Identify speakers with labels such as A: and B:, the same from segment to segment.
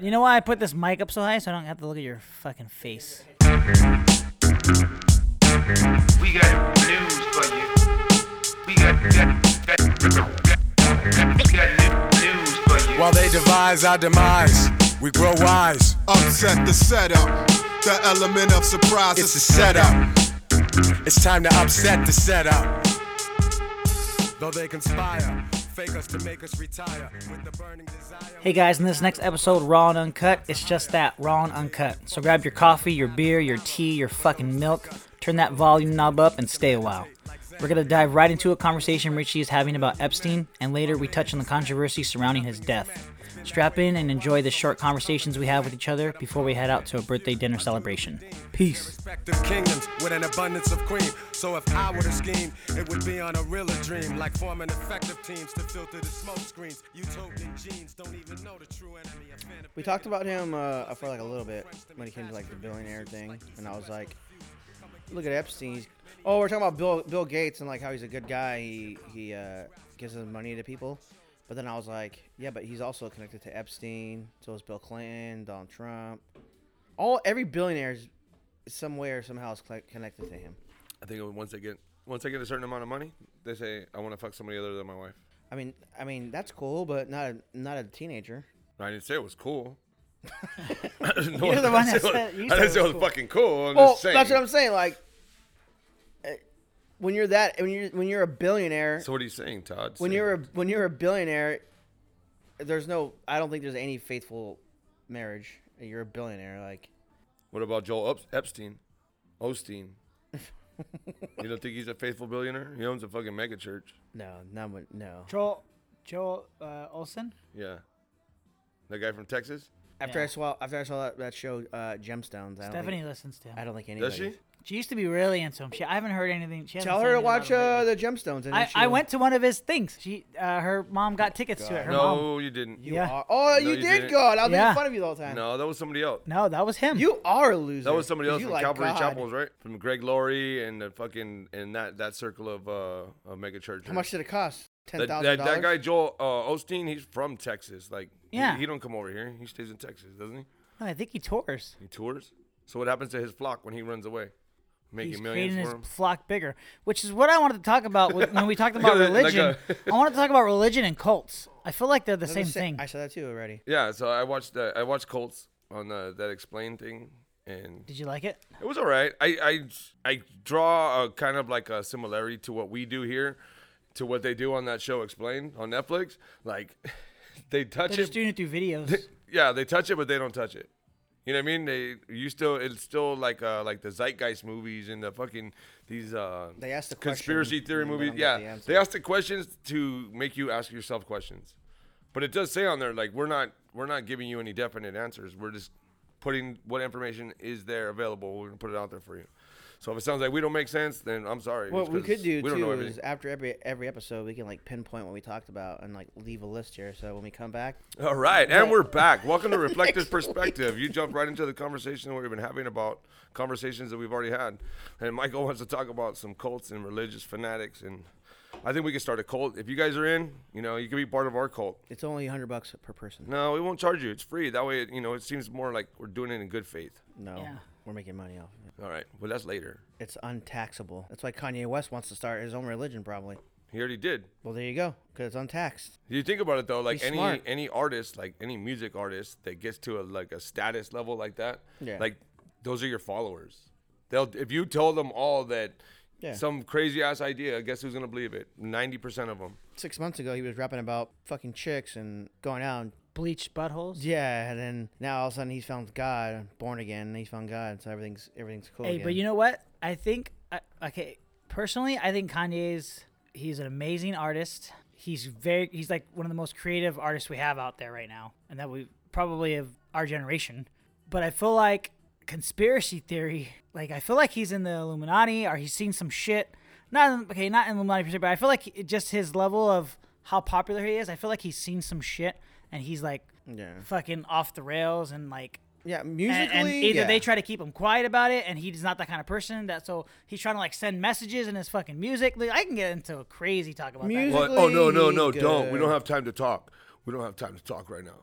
A: You know why I put this mic up so high so I don't have to look at your fucking face.
B: We got news for you. We got, got, got, got, got new- news for you.
C: While they devise our demise, we grow wise.
D: Upset the setup. The element of surprise
C: It's a setup. It's time to upset the setup. Though they conspire, fake us to make us retire with the burning desire.
A: Hey guys, in this next episode, Raw and Uncut, it's just that, Raw and Uncut. So grab your coffee, your beer, your tea, your fucking milk, turn that volume knob up, and stay a while. We're gonna dive right into a conversation Richie is having about Epstein, and later we touch on the controversy surrounding his death. Strap in and enjoy the short conversations we have with each other before we head out to a birthday dinner celebration. Peace.
C: Respective kingdoms with an abundance of cream. So if I were to scheme, it would be on a realer dream, like forming effective teams to filter the smoke screens. Utopian genes don't even know the true enemy. A fan of
E: We talked about him uh, for like a little bit when he came to like the billionaire thing, and I was like, "Look at Epstein." He's, oh, we're talking about Bill Bill Gates and like how he's a good guy. He he uh, gives his money to people, but then I was like, "Yeah, but he's also connected to Epstein. So is Bill Clinton, Donald Trump. All every billionaire is some way or somehow is cl- connected to him.
F: I think once they get once they get a certain amount of money, they say I want to fuck somebody other than my wife.
E: I mean, I mean that's cool, but not a, not a teenager.
F: I didn't say it was cool. no,
A: You're
F: I
A: the one that
F: didn't say it was-
A: said- you
F: I
A: said
F: didn't
A: it
F: say it
A: was
F: was
A: cool.
F: fucking cool. I'm
E: Oh,
F: just saying.
E: that's what I'm saying. Like, eh, when you're that, when you're when you're a billionaire,
F: So what are you saying, Todd?
E: when
F: Say
E: you're a,
F: it.
E: when you're a billionaire, there's no. I don't think there's any faithful marriage. You're a billionaire, like
F: what about Joel Ups- Epstein, Osteen? you don't think he's a faithful billionaire? He owns a fucking mega church.
E: no, none would no.
A: Joel, Joel uh, Olson?
F: Yeah, that guy from Texas.
E: After
A: Yeah.
E: I saw after I saw that, that show, uh, Gemstones. I don't
A: Stephanie
E: think,
A: listens to
E: I
A: him.
E: don't think anybody.
F: Does she?
A: She used to be really into him. She, I haven't heard anything. She hasn't
E: Tell
A: said
E: her to
A: anything about
E: watch
A: him lately.
E: uh, the Gemstones. And
A: I,
E: then she
A: I
E: will-
A: went to one of his things. She, uh, her mom got tickets to it. Her mom.
F: No, you didn't.
E: You
A: yeah.
E: are- oh,
F: No,
E: you,
F: you
E: did
F: didn't.
E: God. I was
A: Yeah.
E: making fun of you the whole time.
F: No, that was somebody else.
A: No, that was him.
E: You are a loser.
F: That was somebody
E: 'cause
F: else
E: you
F: from
E: like
F: Calvary
E: God.
F: Chapels, right? From Greg Laurie and the fucking and that that circle of uh of mega church.
E: How much did it cost? Ten
F: That,
E: thousand
F: that, that guy
E: dollars.
F: Joel uh, Osteen, he's from Texas. Like, he-
A: Yeah.
F: he, don't come over here. He stays in Texas, doesn't he?
A: No, Oh, I think he tours.
F: He tours. So what happens to his flock when he runs away? Making
A: He's
F: millions
A: creating his
F: for him.
A: flock bigger, which is what I wanted to talk about with- when we talked about
F: Like a- like
A: religion. I wanted to talk about religion and cults. I feel like they're the same thing.
E: I saw that too already.
F: Yeah. So I watched uh, I watched Colts on the, that Explain thing, and
A: Did you like it?
F: It was all right. I I I draw a kind of like a similarity to what we do here, to what they do on that show Explained on Netflix. Like, they touch
A: They're
F: it.
A: just doing it through videos.
F: yeah, they touch it, but they don't touch it. You know what I mean? They you still it's still like uh like the zeitgeist movies and the fucking these uh
E: They ask the
F: conspiracy
E: question
F: theory
E: and then
F: movies.
E: don't get the
F: Yeah,
E: answer.
F: they ask the questions to make you ask yourself questions. But it does say on there like we're not we're not giving you any definite answers. We're just putting what information is there available. We're gonna put it out there for you. So if it sounds like we don't make sense, then I'm sorry. It's
E: What we
F: 'cause
E: could do
F: we don't know
E: too
F: everything.
E: is after every every episode, we can like pinpoint what we talked about and like leave a list here. So when we come back,
F: All right, and we're back. Welcome to Reflective Perspective. You jumped right into the conversation we've been having about conversations that we've already had. And Michael wants to talk about some cults and religious fanatics, and I think we can start a cult. If you guys are in, you know, you can be part of our cult.
E: it's only hundred bucks per person.
F: No, we won't charge you. It's free. That way, it, you know, it seems more like we're doing it in good faith.
E: No,
A: Yeah.
E: we're making money off. of it.
F: All right, well, that's later.
E: It's untaxable. That's why Kanye West wants to start his own religion, probably.
F: He already did.
E: Well, there you go, because it's untaxed.
F: You think about it though, like
E: He's
F: any
E: smart.
F: any artist, like any music artist that gets to a like a status level like that,
E: Yeah.
F: like those are your followers. They'll if you tell them all that
E: Yeah.
F: some crazy ass idea, guess who's gonna believe it? Ninety percent of them.
E: Six months ago, he was rapping about fucking chicks and going out. And,
A: Bleached buttholes.
E: yeah, and then now all of a sudden he's found God, born again, and he's found God, so everything's everything's cool.
A: Hey, but you know what? I think I, okay. Personally, I think Kanye's he's an amazing artist. He's very he's like one of the most creative artists we have out there right now, and that we probably of our generation. But I feel like conspiracy theory, like I feel like he's in the Illuminati or he's seen some shit. Not in, okay, not in Illuminati per se, but I feel like it- just his level of how popular he is. I feel like he's seen some shit, and he's like
E: Yeah.
A: fucking off the rails and like
E: yeah,
A: and,
E: musically,
A: and either
E: yeah.
A: they try to keep him quiet about it, and he's not that kind of person. That so he's trying to like send messages in his fucking music. Like, I can get into a crazy talk about
E: Music-
A: that.
E: Well, oh, no, no, no, Musically
F: Don't. We don't
E: good.
F: have time to talk. We don't have time to talk right now.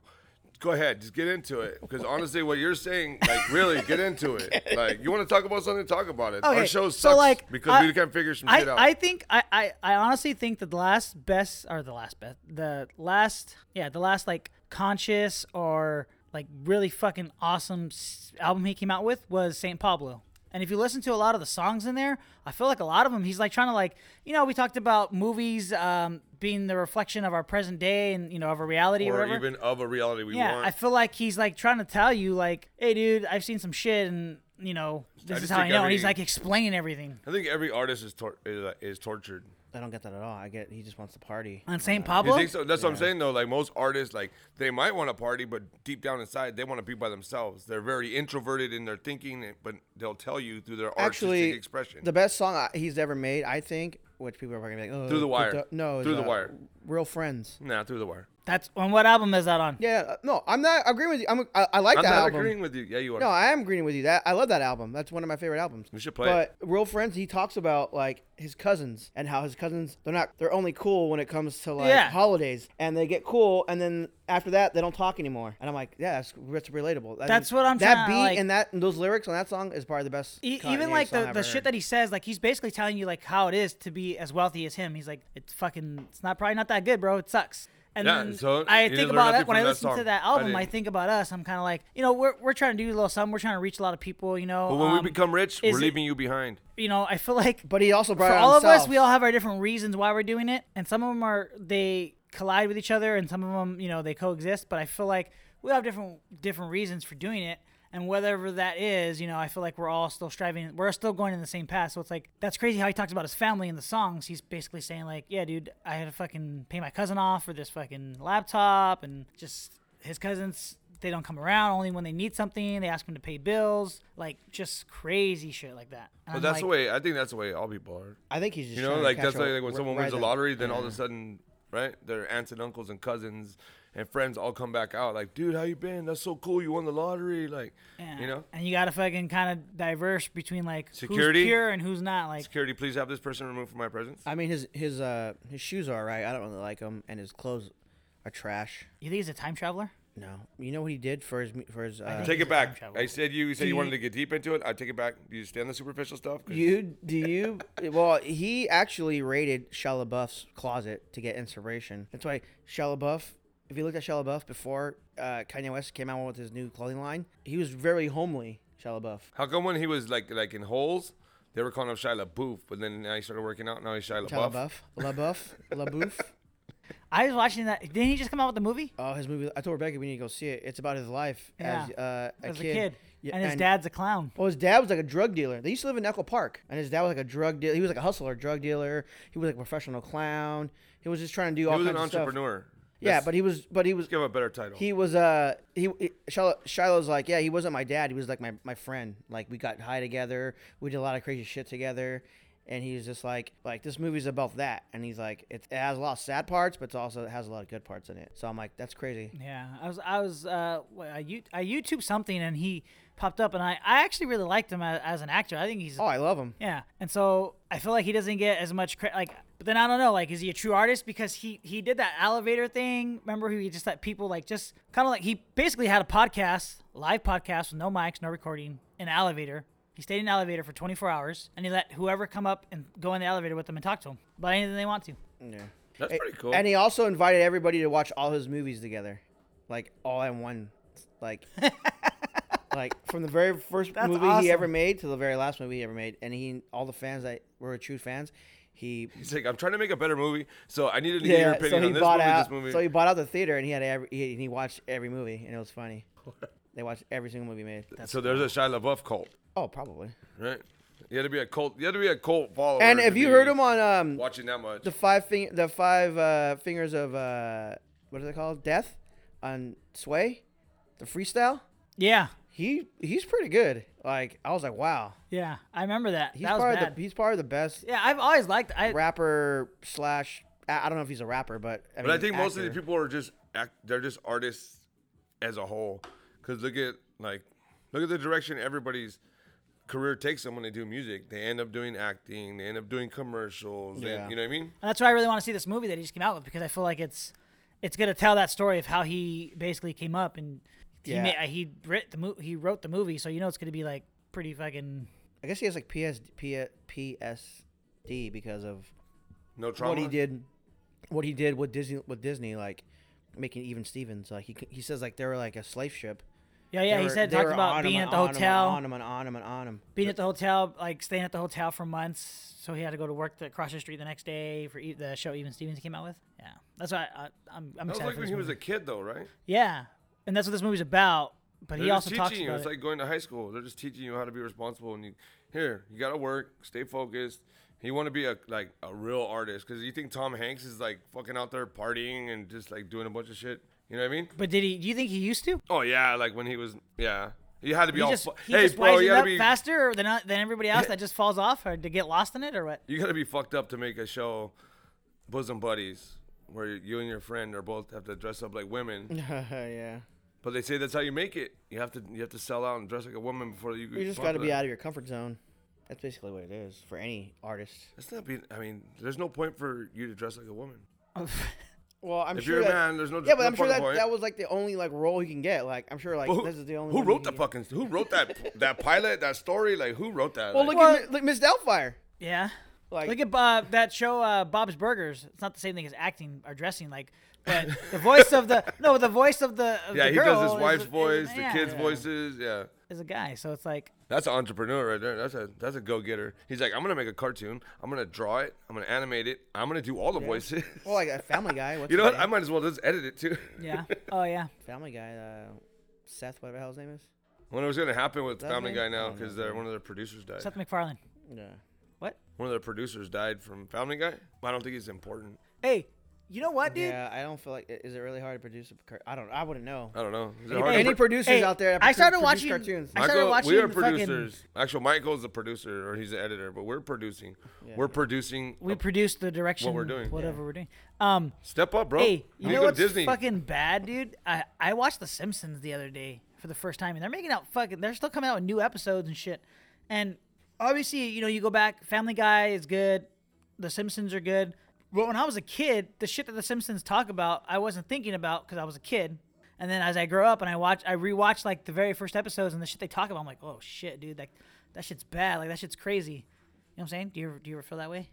F: go ahead, just get into it. Because honestly, what you're saying, like, really get into it. Like, you want to talk about something, talk about it. Our show sucks
A: so like
F: because
A: I-
F: we can't figure some
A: I,
F: shit out.
A: I think I, I I honestly think that the last best or the last best the last yeah the last like conscious or like really fucking awesome s- album he came out with was Saint Pablo. And if you listen to a lot of the songs in there, I feel like a lot of them he's like trying to like you know we talked about movies um, being the reflection of our present day and you know of our reality or,
F: or
A: whatever.
F: even of a reality we
A: yeah,
F: want.
A: I feel like he's like trying to tell you like, hey dude, I've seen some shit and you know this is
F: just
A: how I
F: think
A: know. and he's
F: every-
A: like explaining everything.
F: I think every artist is tor- is, uh, is tortured.
E: I don't get that at all. I get he just wants to party.
A: On St.
F: You
A: Pablo?
F: think so? That's what I'm saying though. Like most artists, like they might want to party, but deep down inside, they want to be by themselves. They're very introverted in their thinking, eh, but they'll tell you through their
E: Actually,
F: artistic expression.
E: the best song I- he's ever made, I think, which people are probably gonna be like, oh,
F: Through the
E: it's
F: Wire.
E: a- No, it's,
F: Through the
E: uh,
F: Wire.
E: Real friends.
F: nah, through the wire.
A: That's on what album is that on?
E: Yeah, uh, no, I'm not agreeing with you. I'm, I, I like
F: I'm
E: that
F: not
E: album.
F: agreeing with you. Yeah, you are.
E: No, I am agreeing with you. That I love that album. That's one of my favorite albums.
F: We should play
E: But Real Friends, he talks about like his cousins and how his cousins they're not they're only cool when it comes to like
A: Yeah.
E: holidays, and they get cool, and then after that they don't talk anymore. And I'm like, yeah, that's, that's relatable. I
A: That's what I'm
E: That
A: tryna,
E: beat
A: like-
E: and that and those lyrics on that song is probably the best.
A: E-
E: Kanye
A: even like
E: song
A: the,
E: I've
A: the
E: ever
A: shit
E: heard.
A: that he says, like he's basically telling you like how it is to be as wealthy as him. He's like, it's fucking, it's not probably not that good, bro. It sucks. And
F: Yeah,
A: then
F: so you
A: I
F: didn't
A: think
F: learn
A: about
F: nothing
A: it when
F: from
A: I
F: that
A: listen to
F: song.
A: that
F: I
A: album. I,
F: didn't.
A: think about us. I'm kind of like, you know, we're, we're trying to do a little something. We're trying to reach a lot of people, you know.
F: but when
A: um,
F: we become rich,
A: is
F: we're
A: it-
F: leaving you behind.
A: you know, I feel like
E: But he also brought
A: for
E: it on
A: all of us,
E: himself.
A: we all have our different reasons why we're doing it, and some of them are they collide with each other, and some of them, you know, they coexist. But I feel like we have different different reasons for doing it, and whatever that is, you know, I feel like we're all still striving, we're still going in the same path. So it's like that's crazy how he talks about his family in the songs. He's basically saying like, yeah, dude, I had to fucking pay my cousin off for this fucking laptop, and just his cousins. They don't come around only when they need something. They ask him to pay bills, like just crazy shit like that. And I'm
F: But that's
A: like,
F: the way. I think that's the way all people are.
E: I think he's just
F: You know,
E: trying to
F: like that's
E: catch a
F: like, like when
E: r-
F: someone wins the
E: rhythm.
F: lottery, then all of a sudden, right? Their aunts and uncles and cousins and friends all come back out. Like, dude, how you been? That's so cool. You won the lottery. Like,
A: Yeah.
F: you know,
A: and you gotta fucking kind of diverse between like
F: Security?
A: who's pure and who's not. Like,
F: security, please have this person removed from my presence.
E: I mean, his his uh his shoes are alright. I don't really like them, and his clothes are trash.
A: you think he's a time traveler?
E: No, you know what he did for his mu- for his. Uh,
F: Take
A: He's
F: it
A: a time
F: back.
A: traveler.
F: I said you, you said
E: Do
F: you
E: you-
F: wanted to get deep into it. I take it back. Do you stand the superficial stuff? 'Cause
E: You do you? Well, he actually raided Shia LaBeouf's closet to get inspiration. That's why Shia LaBeouf. If you looked at Shia LaBeouf before uh, Kanye West came out with his new clothing line, he was very homely. Shia LaBeouf.
F: How come when he was like like in holes, they were calling him Shia LaBeouf, but then now he started working out. Now he's Shia
E: Shia
F: LaBeouf.
E: LaBeouf. LaBeouf. LaBeouf.
A: I was watching that. Didn't he just come out with the movie?
E: Oh, his movie. I told Rebecca we need to go see it. It's about his life as
A: Yeah.
E: uh, a
A: As
E: kid.
A: a kid,
E: Yeah,
A: and his dad's a clown.
E: Well, his dad was like a drug dealer. They used to live in Echo Park, and his dad was like a drug dealer. He was like a hustler, drug dealer. He was like a professional clown. He was just trying to do
F: He
E: all
F: was an
E: kinds of stuff.
F: entrepreneur.
E: Yeah,
F: Let's
E: but he was, but he was,
F: give him a better title.
E: he was, uh, he, he Shiloh, Shiloh's like, yeah, he wasn't my dad. He was like my, my friend. Like we got high together. We did a lot of crazy shit together. And he was just like, like this movie's about that. And he's like, it, it has a lot of sad parts, but it's also it has a lot of good parts in it. So I'm like, that's crazy.
A: Yeah, I was I was uh wh- I, you, I YouTube something and he popped up and I I actually really liked him as, as an actor. I think he's
E: Oh, I love him.
A: Yeah, and so I feel like he doesn't get as much credit. Like, but then I don't know. Like, is he a true artist because he he did that elevator thing? Remember, he just let people like just kind of like he basically had a podcast, live podcast with no mics, no recording, in an elevator. He stayed in an elevator for 24 hours, and he let whoever come up and go in the elevator with them and talk to them about anything they want to.
F: That's pretty cool.
E: eh, And he also invited everybody to watch all his movies together, like all in one, like, like from the very first
A: That's
E: movie
A: awesome.
E: he ever made to the very last movie he ever made, and he all the fans that were true fans, he
F: He's like, I'm trying to make a better movie, so I needed to get your
E: yeah, so
F: opinion
E: he
F: on this
E: bought
F: movie,
E: out,
F: this movie.
E: so he bought out the theater, and he had every he, he watched every movie, and it was funny. they watched every single movie made.
F: So there's a Shia LaBeouf cult,
E: Oh, probably.
F: right? You had to be a cult. You had to be a cult follower.
E: And
F: to
E: if you
F: be
E: heard him on um
F: watching that much,
E: the five fing- the five uh, fingers of uh what are they called death on sway, the freestyle.
A: Yeah,
E: he he's pretty good. Like I was like, wow,
A: yeah, I remember that.
E: he's
A: that was
E: probably
A: bad.
E: the he's probably the best
A: yeah, I've always liked. I,
E: rapper slash. I, I don't know if he's a rapper, but I,
F: but I
E: mean,
F: think most of these
E: actor.
F: people are just act. They're just artists as a whole. Cause look at like, look at the direction everybody's career takes them when they do music. They end up doing acting. They end up doing commercials.
E: Yeah.
F: And, you know what I mean?
A: And that's why I really want to see this movie that he just came out with because I feel like it's it's gonna tell that story of how he basically came up and he
E: Yeah.
A: ma- uh, he writ the mo- he wrote the movie, so you know it's gonna be like pretty fucking
E: I guess he has like PS, P, PSD because of
F: No trauma.
E: what he did, what he did with Disney with Disney, like making even Stevens. Like he c- he says like they were like a slave ship.
A: yeah yeah.
E: They
A: he
E: were-
A: said
E: they
A: talked
E: were on
A: about
E: 'em
A: being
E: and
A: at the
E: on 'em and
A: hotel,
E: on him and on him and on him.
A: being at the hotel, like staying at the hotel for months. So he had to go to work the, across the street the next day for e- the show Even Stevens came out with. Yeah, that's why I, I, I'm I'm
F: That was
A: excited.
F: like
A: for
F: when
A: this
F: he was
A: movie.
F: a kid, though, right?
A: yeah, and that's what this movie's about. But
F: They're
A: he
F: just
A: also talks
F: teaching you.
A: about
F: It's
A: it.
F: like going to high school. They're just teaching you how to be responsible. And you, here, you gotta work, stay focused. You want to be a like a real artist because you think Tom Hanks is like fucking out there partying and just like doing a bunch of shit. You know what I mean?
A: but did he? Do you think he used to?
F: Oh yeah, like when he was yeah, he had to be
A: He
F: all.
A: just,
F: fu-
A: he
F: hey,
A: just
F: bro,
A: wised
F: you
A: it
F: gotta
A: up
F: be
A: faster than than everybody else that just falls off or to get lost in it or what?
F: you gotta be fucked up to make a show, bosom buddies, where you and your friend are both have to dress up like women.
E: yeah,
F: but they say that's how you make it. You have to you have to sell out and dress like a woman before you.
E: you just got to be out of your comfort zone. That's basically what it is for any artist.
F: That's not being. I mean, there's no point for you to dress like a woman.
E: Well, I'm
F: If
E: sure
F: you're a
E: that-
F: man, there's no-
E: yeah, but
F: no
E: I'm sure
F: fucking
E: that
F: point.
E: that was like the only like role he can get. Like I'm sure like
F: But who,
E: this is the only.
F: who
E: one
F: wrote
E: he
F: the
E: can-
F: fucking? Who wrote that that pilot? That story? Like who wrote that?
E: Well,
F: Like,
E: look at look, Miss Doubtfire.
A: Yeah.
E: Like-
A: Look at uh, that show, uh, Bob's Burgers. It's not the same thing as acting or dressing. Like, but the voice of the no, the voice of the of
F: yeah,
A: the
F: he
A: girl
F: does
A: is-
F: his wife's
A: is-
F: voice, the
A: yeah,
F: kids'
A: yeah,
F: voices. Yeah,
A: is a guy. So it's like
F: that's an entrepreneur right there. That's a that's a go getter. He's like, I'm gonna make a cartoon. I'm gonna draw it. I'm gonna animate it. I'm gonna do all the voices.
E: Well, like a Family Guy. What's
F: you know
E: his
F: what? I
E: name?
F: might as well just edit it too.
A: yeah, oh yeah.
E: Family Guy. Uh, Seth, whatever the hell his name is.
F: When it was gonna happen with
E: That
F: Family
E: name?
F: Guy
E: I
F: now
E: don't know
F: because
E: his
F: one of their producers died.
A: Seth MacFarlane.
E: Yeah.
A: What?
F: One of their producers died from Family Guy. I don't think he's important.
A: Hey, you know what, dude?
E: Yeah, I don't feel like. i- Is it really hard to produce a? Car- I don't. I wouldn't know.
F: I don't know. Is it
E: Any-
F: Uh, hard to
E: any
F: pr-
E: producers out there that
A: I
E: produ-
A: started
E: produce
A: watching
E: cartoons.
A: I started watching.
F: we are
A: the fucking-
F: producers. Actually, Michael's the producer, or he's the editor, but we're producing. We're producing.
A: we produced the direction.
F: we're doing.
A: Whatever we're doing. Um,
F: Step up, bro.
A: Hey, you
F: need
A: know
F: to go to
A: what's
F: Disney.
A: fucking bad, dude? I I watched The Simpsons the other day for the first time, and they're making out fucking. They're still coming out with new episodes and shit. And obviously, you know, you go back. Family Guy is good. The Simpsons are good. But when I was a kid, the shit that The Simpsons talk about, I wasn't thinking about because I was a kid. And then as I grow up and I watch, I rewatch like the very first episodes and the shit they talk about. I'm like, oh shit, dude, like that shit's bad. Like that shit's crazy. You know what I'm saying? Do you ever, do you ever feel that way?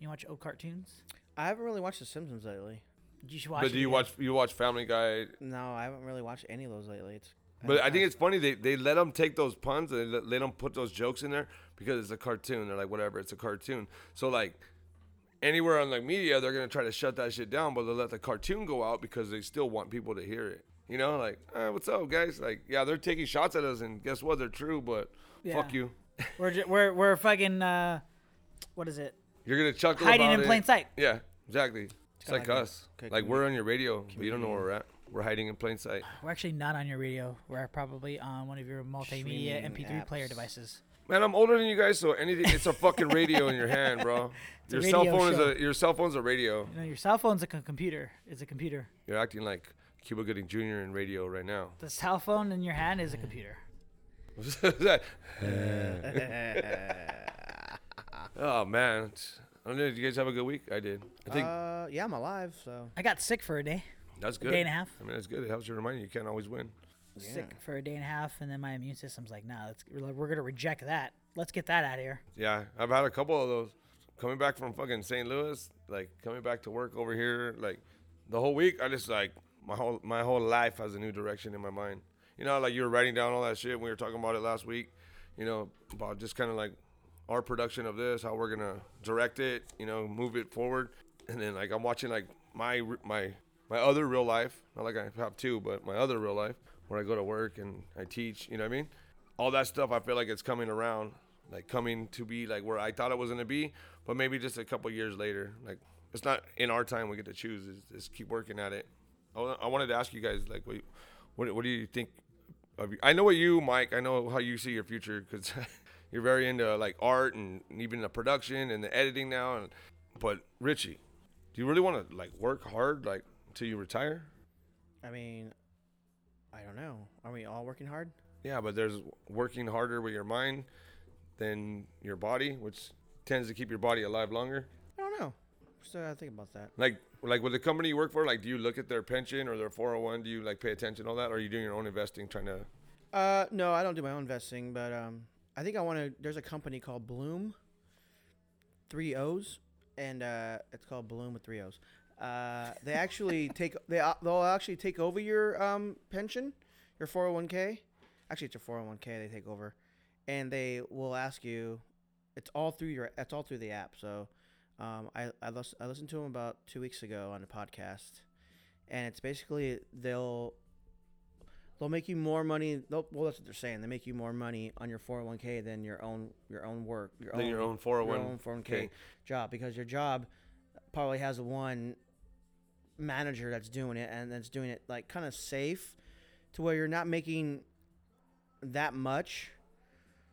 A: You watch old cartoons?
E: I haven't really watched The Simpsons lately.
A: You should watch.
F: But
A: it
F: do you
A: again.
F: watch? You watch Family Guy?
E: No, I haven't really watched any of those lately. It's.
F: But I think it's funny they, they let them take those puns and they let, let them put those jokes in there because it's a cartoon. They're like whatever, it's a cartoon. So like anywhere on like media, they're gonna try to shut that shit down, but they will let the cartoon go out because they still want people to hear it. You know, like "Ah, what's up, guys? Like yeah, they're taking shots at us, and guess what? They're true, but
A: Yeah.
F: fuck you.
A: We're ju- we're we're fucking uh, what is it?
F: You're gonna chuckle
A: Hiding
F: about
A: in
F: it.
A: plain sight.
F: Yeah, exactly. It's,
E: kinda
F: like,
E: like a
F: us.
E: good
F: Like
E: commu-
F: we're on your radio, but you don't know where we're at. We're hiding in plain sight.
A: We're actually not on your radio. We're probably on one of your multimedia
E: Streaming
A: MP3 player
E: apps.
A: devices.
F: Man, I'm older than you guys, so anything. It's a fucking radio in your hand, bro. Your
A: a
F: cell
A: radio
F: phone
A: show.
F: is a your cell phone's a radio.
A: You know, your cell phone's a c- computer. It's a computer.
F: You're acting like Cuba Gooding Jr. in radio right now.
A: The cell phone in your hand
E: Mm.
A: is a computer.
F: oh man, I don't know. Did you guys have a good week? I did. I think
E: Uh, yeah, I'm alive, so.
A: I got sick for a day.
F: that's good.
A: day and a half.
F: I mean, that's good. It helps you remind you you can't always win.
A: Sick for a day and a half, and then my immune system's like, nah, let's, we're, we're gonna reject that. Let's get that out of here.
F: Yeah, I've had a couple of those. Coming back from fucking St. Louis, like coming back to work over here, like the whole week, I just like my whole my whole life has a new direction in my mind. You know, like you were writing down all that shit. We were talking about it last week. You know, about just kind of like our production of this, how we're gonna direct it. You know, move it forward. And then like I'm watching like my r- my my other real life. Not like I have two, but my other real life where I go to work and I teach. You know what I mean? all that stuff I feel like it's coming around, like coming to be like where I thought it was gonna be, but maybe just a couple years later. Like it's not in our time we get to choose. It's just keep working at it. I, wa- I wanted to ask you guys like what what, what do you think? Of, I know what you, Mike. I know how you see your future because you're very into like art and even the production and the editing now. And but Richie, do you really want to like work hard like until you retire?
E: I mean, I don't know. Are we all working hard?
F: Yeah, but there's working harder with your mind than your body, which tends to keep your body alive longer.
E: I don't know. Still gotta think about that.
F: Like, like with the company you work for, like, do you look at their pension or their 401? Do you like pay attention to all that, or are you doing your own investing, trying to?
E: Uh, no, I don't do my own investing, but um, I think I want to. There's a company called Bloom, three O's, and uh, it's called Bloom with three O's. Uh, they actually take they uh, they'll actually take over your um pension, your 401k. Actually, it's your 401k they take over, and they will ask you. It's all through your. It's all through the app. So, um, I I, lis- I listened to them about two weeks ago on a podcast, and it's basically they'll they'll make you more money. They'll, well, that's what they're saying. They make you more money on your 401k than your own your own work, your
F: Than
E: own
F: your own 401k.
E: 401k job because your job probably has one manager that's doing it and that's doing it like kind of safe to where you're not making that much.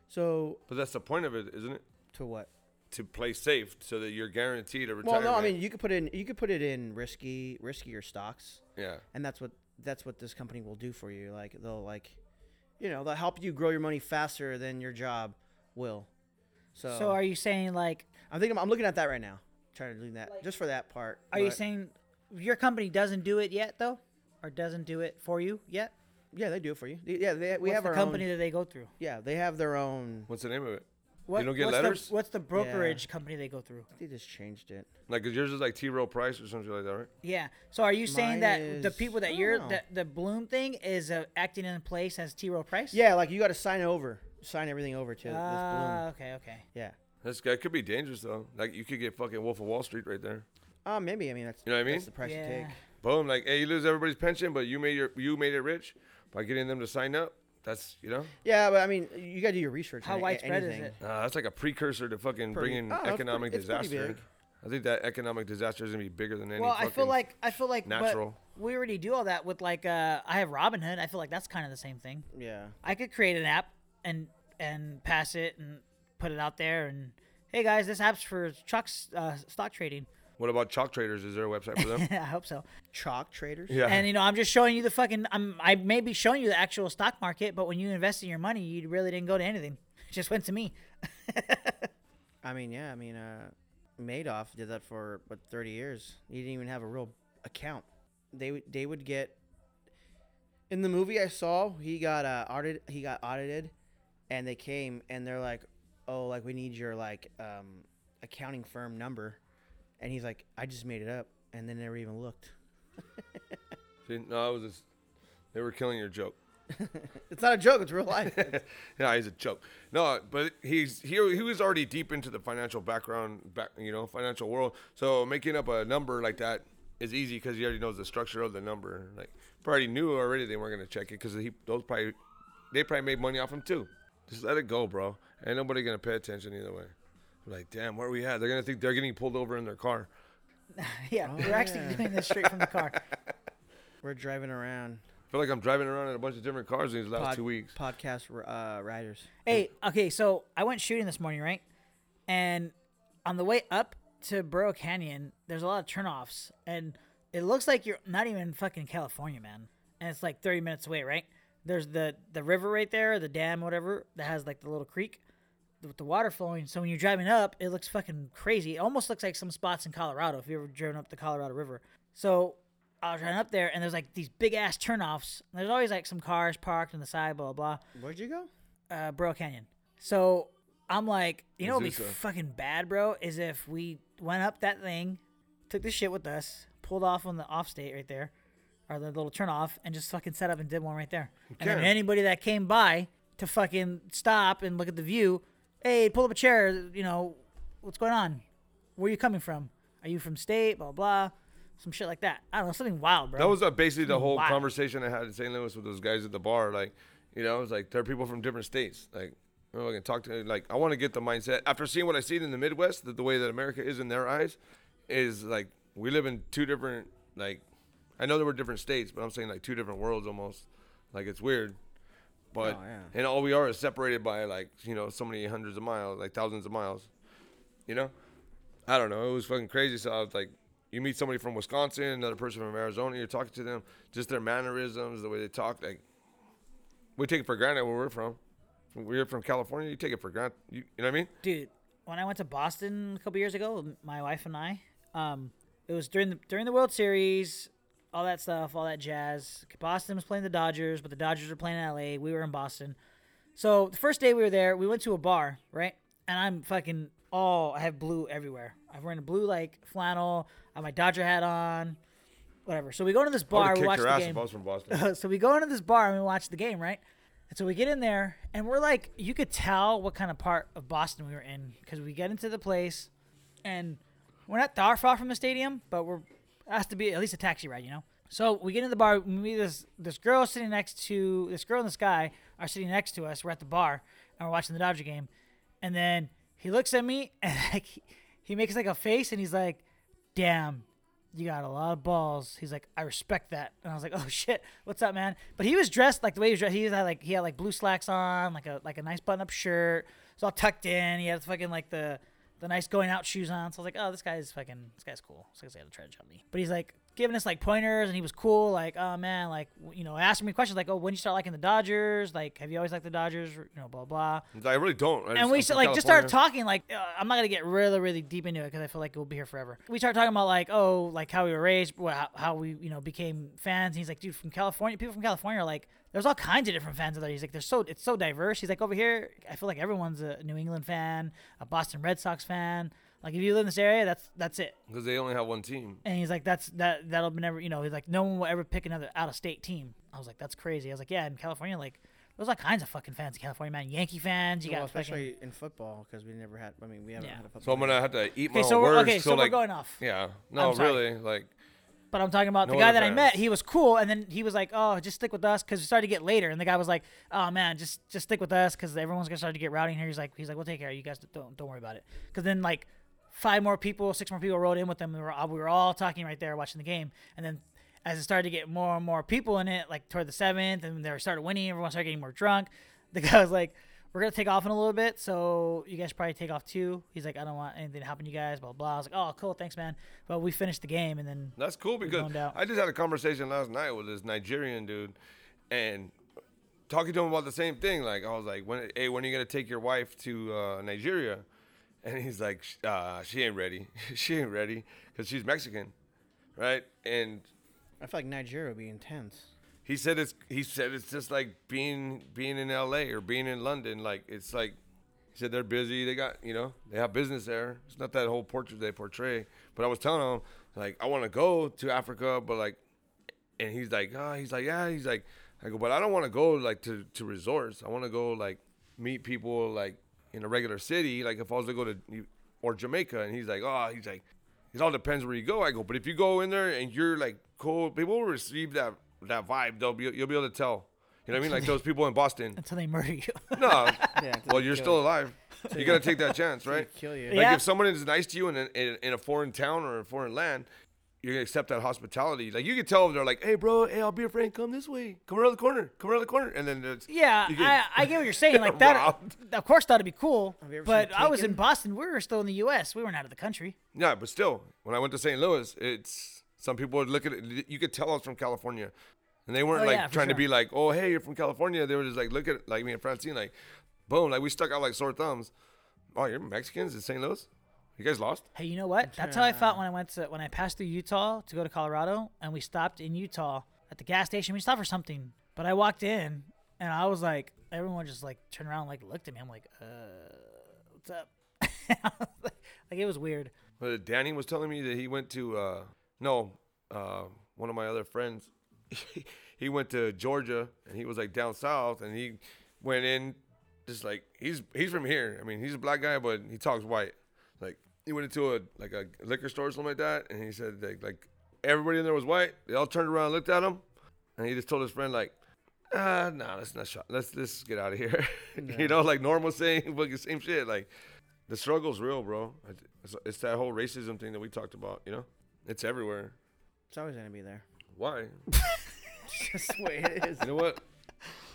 E: So
F: But that's the point of it, isn't it?
E: to what?
F: To play safe, so that you're guaranteed a
E: Well,
F: retirement.
E: no, I mean you could put in you could put it in risky riskier stocks.
F: yeah.
E: and that's what that's what this company will do for you like they'll like you know they'll help you grow your money faster than your job will so,
A: So are you saying like
E: i think I'm, I'm looking at that right now trying to do that just for that part
A: are you
E: but-
A: saying your company doesn't do it yet though? Or doesn't do it for you yet?
E: yeah they do it for you They- yeah they, we
A: What's
E: have
A: the
E: our
A: company
E: own,
A: that they go through.
E: yeah they have their own
F: What's the name of it?
A: What,
F: don't get
A: what's
F: letters?
A: The, what's the brokerage company they go through?
E: they just changed it
F: Like, 'cause yours is like T. Rowe Price or something like that, right?
A: Yeah. So are you saying
E: Mine
A: that the
E: is-
A: people
E: I
A: that
E: don't
A: you're
E: know.
A: that the Bloom thing is uh, acting in place as T. Rowe Price?
E: yeah like you got to sign over sign everything over to this
A: Ah,
E: bloom
A: okay, okay.
E: yeah
F: This guy could be dangerous though. Like, you could get fucking Wolf of Wall Street right there.
E: uh, maybe i mean that's
F: You know what I mean?
E: that's the price
A: Yeah.
E: you take
F: Boom! Like, hey, you lose everybody's pension, but you made your you made it rich by getting them to sign up. That's you know,
E: yeah but i mean you got to do your research
A: How
E: on a-
A: widespread is
E: anything.
A: it?
F: uh, that's like a precursor to fucking
E: Pretty-
F: bringing
E: oh, it's
F: economic
E: pretty- it's pretty
F: disaster.
E: big.
F: I think that economic disaster is gonna be bigger than any.
A: Well, I feel
F: fucking-
A: like I feel like
F: natural.
A: But we already do all that with like uh, I have Robinhood. I feel like that's kind of the same thing.
E: yeah
A: I could create an app and and pass it and put it out there and hey guys, this app's for stock uh, stock trading.
F: What about chalk traders? Is there a website for them?
A: I hope so.
E: chalk traders
F: yeah.
A: And you know, I'm just showing you the fucking. I'm I may be showing you the actual stock market, but when you invested your money, you really didn't go to anything. It just went to me.
E: I mean, yeah, I mean, uh, Madoff did that for what thirty years. He didn't even have a real account. They would they would get. In the movie I saw, he got uh, audited. He got audited, and they came and they're like, "Oh, like we need your like um, accounting firm number," and he's like, "I just made it up," and they never even looked.
F: See, no, I was just they were killing your joke.
E: It's not a joke. It's real life.
F: Yeah, he's a joke. No, but he's he, he was already deep into the financial background, back you know, financial world. So making up a number like that is easy because he already knows the structure of the number. Like probably knew already they weren't gonna check it because he those probably they probably made money off him too. Just let it go, bro. Ain't nobody gonna pay attention either way. like, damn, where we at? They're gonna think they're getting pulled over in their car.
A: yeah, we're actually doing this straight from the car.
E: We're driving around.
F: I feel like I'm driving around in a bunch of different cars these last
E: pod-
F: two weeks.
E: Podcast uh, riders.
A: Hey, okay, so I went shooting this morning, right? And on the way up to Burro Canyon, there's a lot of turnoffs, and it looks like you're not even in fucking California, man. And it's like 30 minutes away, right? There's the the river right there, the dam, whatever that has like the little creek with the water flowing. So when you're driving up, it looks fucking crazy. It almost looks like some spots in Colorado if you ever driven up the Colorado River. So I was driving up there, and there's like these big ass turnoffs. There's always like some cars parked on the side, blah blah. blah
E: Where'd you go?
A: uh, Bro Canyon. So I'm like, you know, what'd be
F: Azusa.
A: fucking bad, bro, is if we went up that thing, took the shit with us, pulled off on the off state right there, or the little turn off, and just fucking set up and did one right there. And then
F: can.
A: anybody that came by to fucking stop and look at the view, hey, pull up a chair, you know, what's going on? Where you coming from? Are you from state? Blah blah, some shit like that. I don't know, something wild, bro.
F: That was uh, basically the whole
A: Wow.
F: conversation I had in St. Louis with those guys at the bar. Like, you know, it's like they're people from different states. Like, I can talk to like I want to get the mindset after seeing what I seen in the Midwest, that the way that America is in their eyes, is like we live in two different like. I know there were different states, but I'm saying like two different worlds almost. Like it's weird, but
E: Oh, yeah.
F: and all we are is separated by like you know so many hundreds of miles, like thousands of miles. You know, I don't know. It was fucking crazy. So I was like, you meet somebody from Wisconsin, another person from Arizona, you're talking to them, just their mannerisms, the way they talk. Like, we take it for granted where we're from. We're from California. You take it for granted. You, you know what I mean?
A: dude when i went to boston a couple years ago my wife and i Um, it was during the during the World Series, all that stuff, all that jazz. Boston was playing the Dodgers, but the Dodgers were playing in L.A. We were in Boston. So the first day we were there, we went to a bar, right? And I'm fucking all I have blue everywhere. I'm wearing a blue like flannel. I have my Dodger hat on, whatever. So we go to this
F: I would
A: bar.
F: have
A: We
F: kicked
A: watch
F: Oh, your
A: the
F: ass if
A: game.
F: I was from Boston.
A: so we go into this bar and we watch the game, right? And so we get in there and we're like, you could tell what kind of part of Boston we were in because we get into the place and we're not that far from the stadium, but we're has to be at least a taxi ride, you know. So we get in the bar. We meet this this girl sitting next to this girl in the sky are sitting next to us. We're at the bar and we're watching the Dodger game, and then he looks at me and like he, he makes like a face and he's like, "Damn, you got a lot of balls." He's like, "I respect that," and I was like, "Oh shit, what's up, man?" But he was dressed like the way he was dressed. He was had like he had like blue slacks on, like a like a nice button up shirt. It's all tucked in. He had fucking like the the nice going out shoes on. So I was like, oh, this guy's fucking, this guy's cool. This guy's got a trench on me. But he's like giving us like pointers, and he was cool. Like, oh man, like w- you know, asking me questions like, oh, when you start liking the Dodgers? Like, have you always liked the Dodgers? You know, blah blah.
F: I really don't. I just-
A: And we
F: I'm
A: so,
F: from
A: like just started
F: California.
A: talking. Like, uh, I'm not gonna get really really deep into it because I feel like we'll be here forever. We started talking about like, oh, like how we were raised, wha- how, how we you know became fans. And he's like, dude, from California, people from California are like. There's all kinds of different fans out there. He's like, they're so it's so diverse. He's like, over here, I feel like everyone's a New England fan, a Boston Red Sox fan. Like, if you live in this area, that's that's it.
F: because they only have one team.
A: And he's like, "That's that. That'll be never. You know, he's like, no one will ever pick another out of state team." I was like, "That's crazy." I was like, "Yeah, in California, like, there's all kinds of fucking fans in California, man. Yankee fans, you
E: Well,
A: got fucking."
E: especially in football because we never had. I mean, we haven't
A: Yeah.
E: had a football.
F: So I'm gonna have to eat my
A: Okay,
F: own
A: so we're-
F: words.
A: okay, so we're
F: like,
A: going off.
F: Yeah, no,
A: I'm sorry.
F: really, like
A: But I'm talking about
F: No
A: the guy
F: other
A: that I met.
F: fans.
A: He was cool, and then he was like, "Oh, just stick with us," because we started to get later. And the guy was like, "Oh man, just just stick with us, because everyone's gonna start to get rowdy in here." He's like, "He's like, we'll take care of you guys. Don't don't worry about it." Because then like five more people, six more people rolled in with them. And we were all, we were all talking right there watching the game, and then as it started to get more and more people in it, like toward the seventh, and they started winning, everyone started getting more drunk. The guy was like. We're gonna take off in a little bit, so you guys should probably take off too. He's like, I don't want anything to happen to you guys, blah blah. I was like, Oh, cool, thanks, man. But we finished the game, and then
F: that's cool because
A: zoned out.
F: I just had a conversation last night with this Nigerian dude, and talking to him about the same thing. Like I was like, when, hey, when are you gonna take your wife to uh, Nigeria? And he's like, "Sh- uh, she ain't ready. she ain't ready because she's Mexican, right? And
E: I feel like Nigeria would be intense.
F: he said it's he said it's just like being being in LA or being in London like it's like he said they're busy they got you know they have business there it's not that whole portrait they portray but I was telling him like I want to go to Africa but like and he's like ah he's like yeah he's like I go but I don't want to go like to to resorts I want to go like meet people like in a regular city like if I was to go to or Jamaica and he's like oh he's like it all depends where you go. I go, but if you go in there and you're like cool, people will receive that that vibe. They'll be you'll be able to tell. You know what I mean? Like those people in Boston.
A: until they murder you.
F: No,
E: until
F: well
E: they
F: you're
E: kill
F: still
E: you.
F: alive. You gotta take that chance, right?
E: kill you.
F: Like
A: Yeah.
F: if someone is nice to you in, a- in in a foreign town or a foreign land, you're gonna accept that hospitality. Like you can tell if they're like, hey bro, hey I'll be your friend. Come this way. Come around the corner. Come around the corner. And then it's
A: Yeah,
F: you get-
A: I, I get what you're saying. Like that,
F: Robbed.
A: of course, that'd be cool.
E: you ever
A: But
E: seen
A: I was in
E: Taken?
A: Boston. We were still in the U.S. We weren't out of the country.
F: Yeah, but still, when I went to St. Louis, it's some people would look at it. You could tell I was from California, and they weren't
A: Oh,
F: like
A: yeah, for
F: trying to
A: sure.
F: be like, "Oh, hey, you're from California." They were just like, "Look at like me and Francine, like, boom, like we stuck out like sore thumbs." Oh, you're Mexicans in St. Louis? You guys lost?
A: Hey, you know what? That's how I felt when I went to when I passed through Utah to go to Colorado, and we stopped in Utah at the gas station. We stopped for something, but I walked in and I was like, everyone just like turned around, and, like looked at me. I'm like, uh, what's up? like it was weird.
F: But Danny was telling me that he went to uh, no, uh, one of my other friends. he went to Georgia and he was like down south and he went in just like he's he's from here. I mean, he's a black guy, but he talks white. Like he went into a like a liquor store or something like that, and he said like like everybody in there was white. They all turned around, and looked at him, and he just told his friend like. Ah, no, nah, let's not shot. Let's let's get out of here. you know, like normal saying, fucking same shit. Like the struggle's real, bro. It's, it's that whole racism thing that we talked about. You know, it's everywhere.
E: It's always gonna be there.
F: Why?
E: That's the way it is.
F: You know what?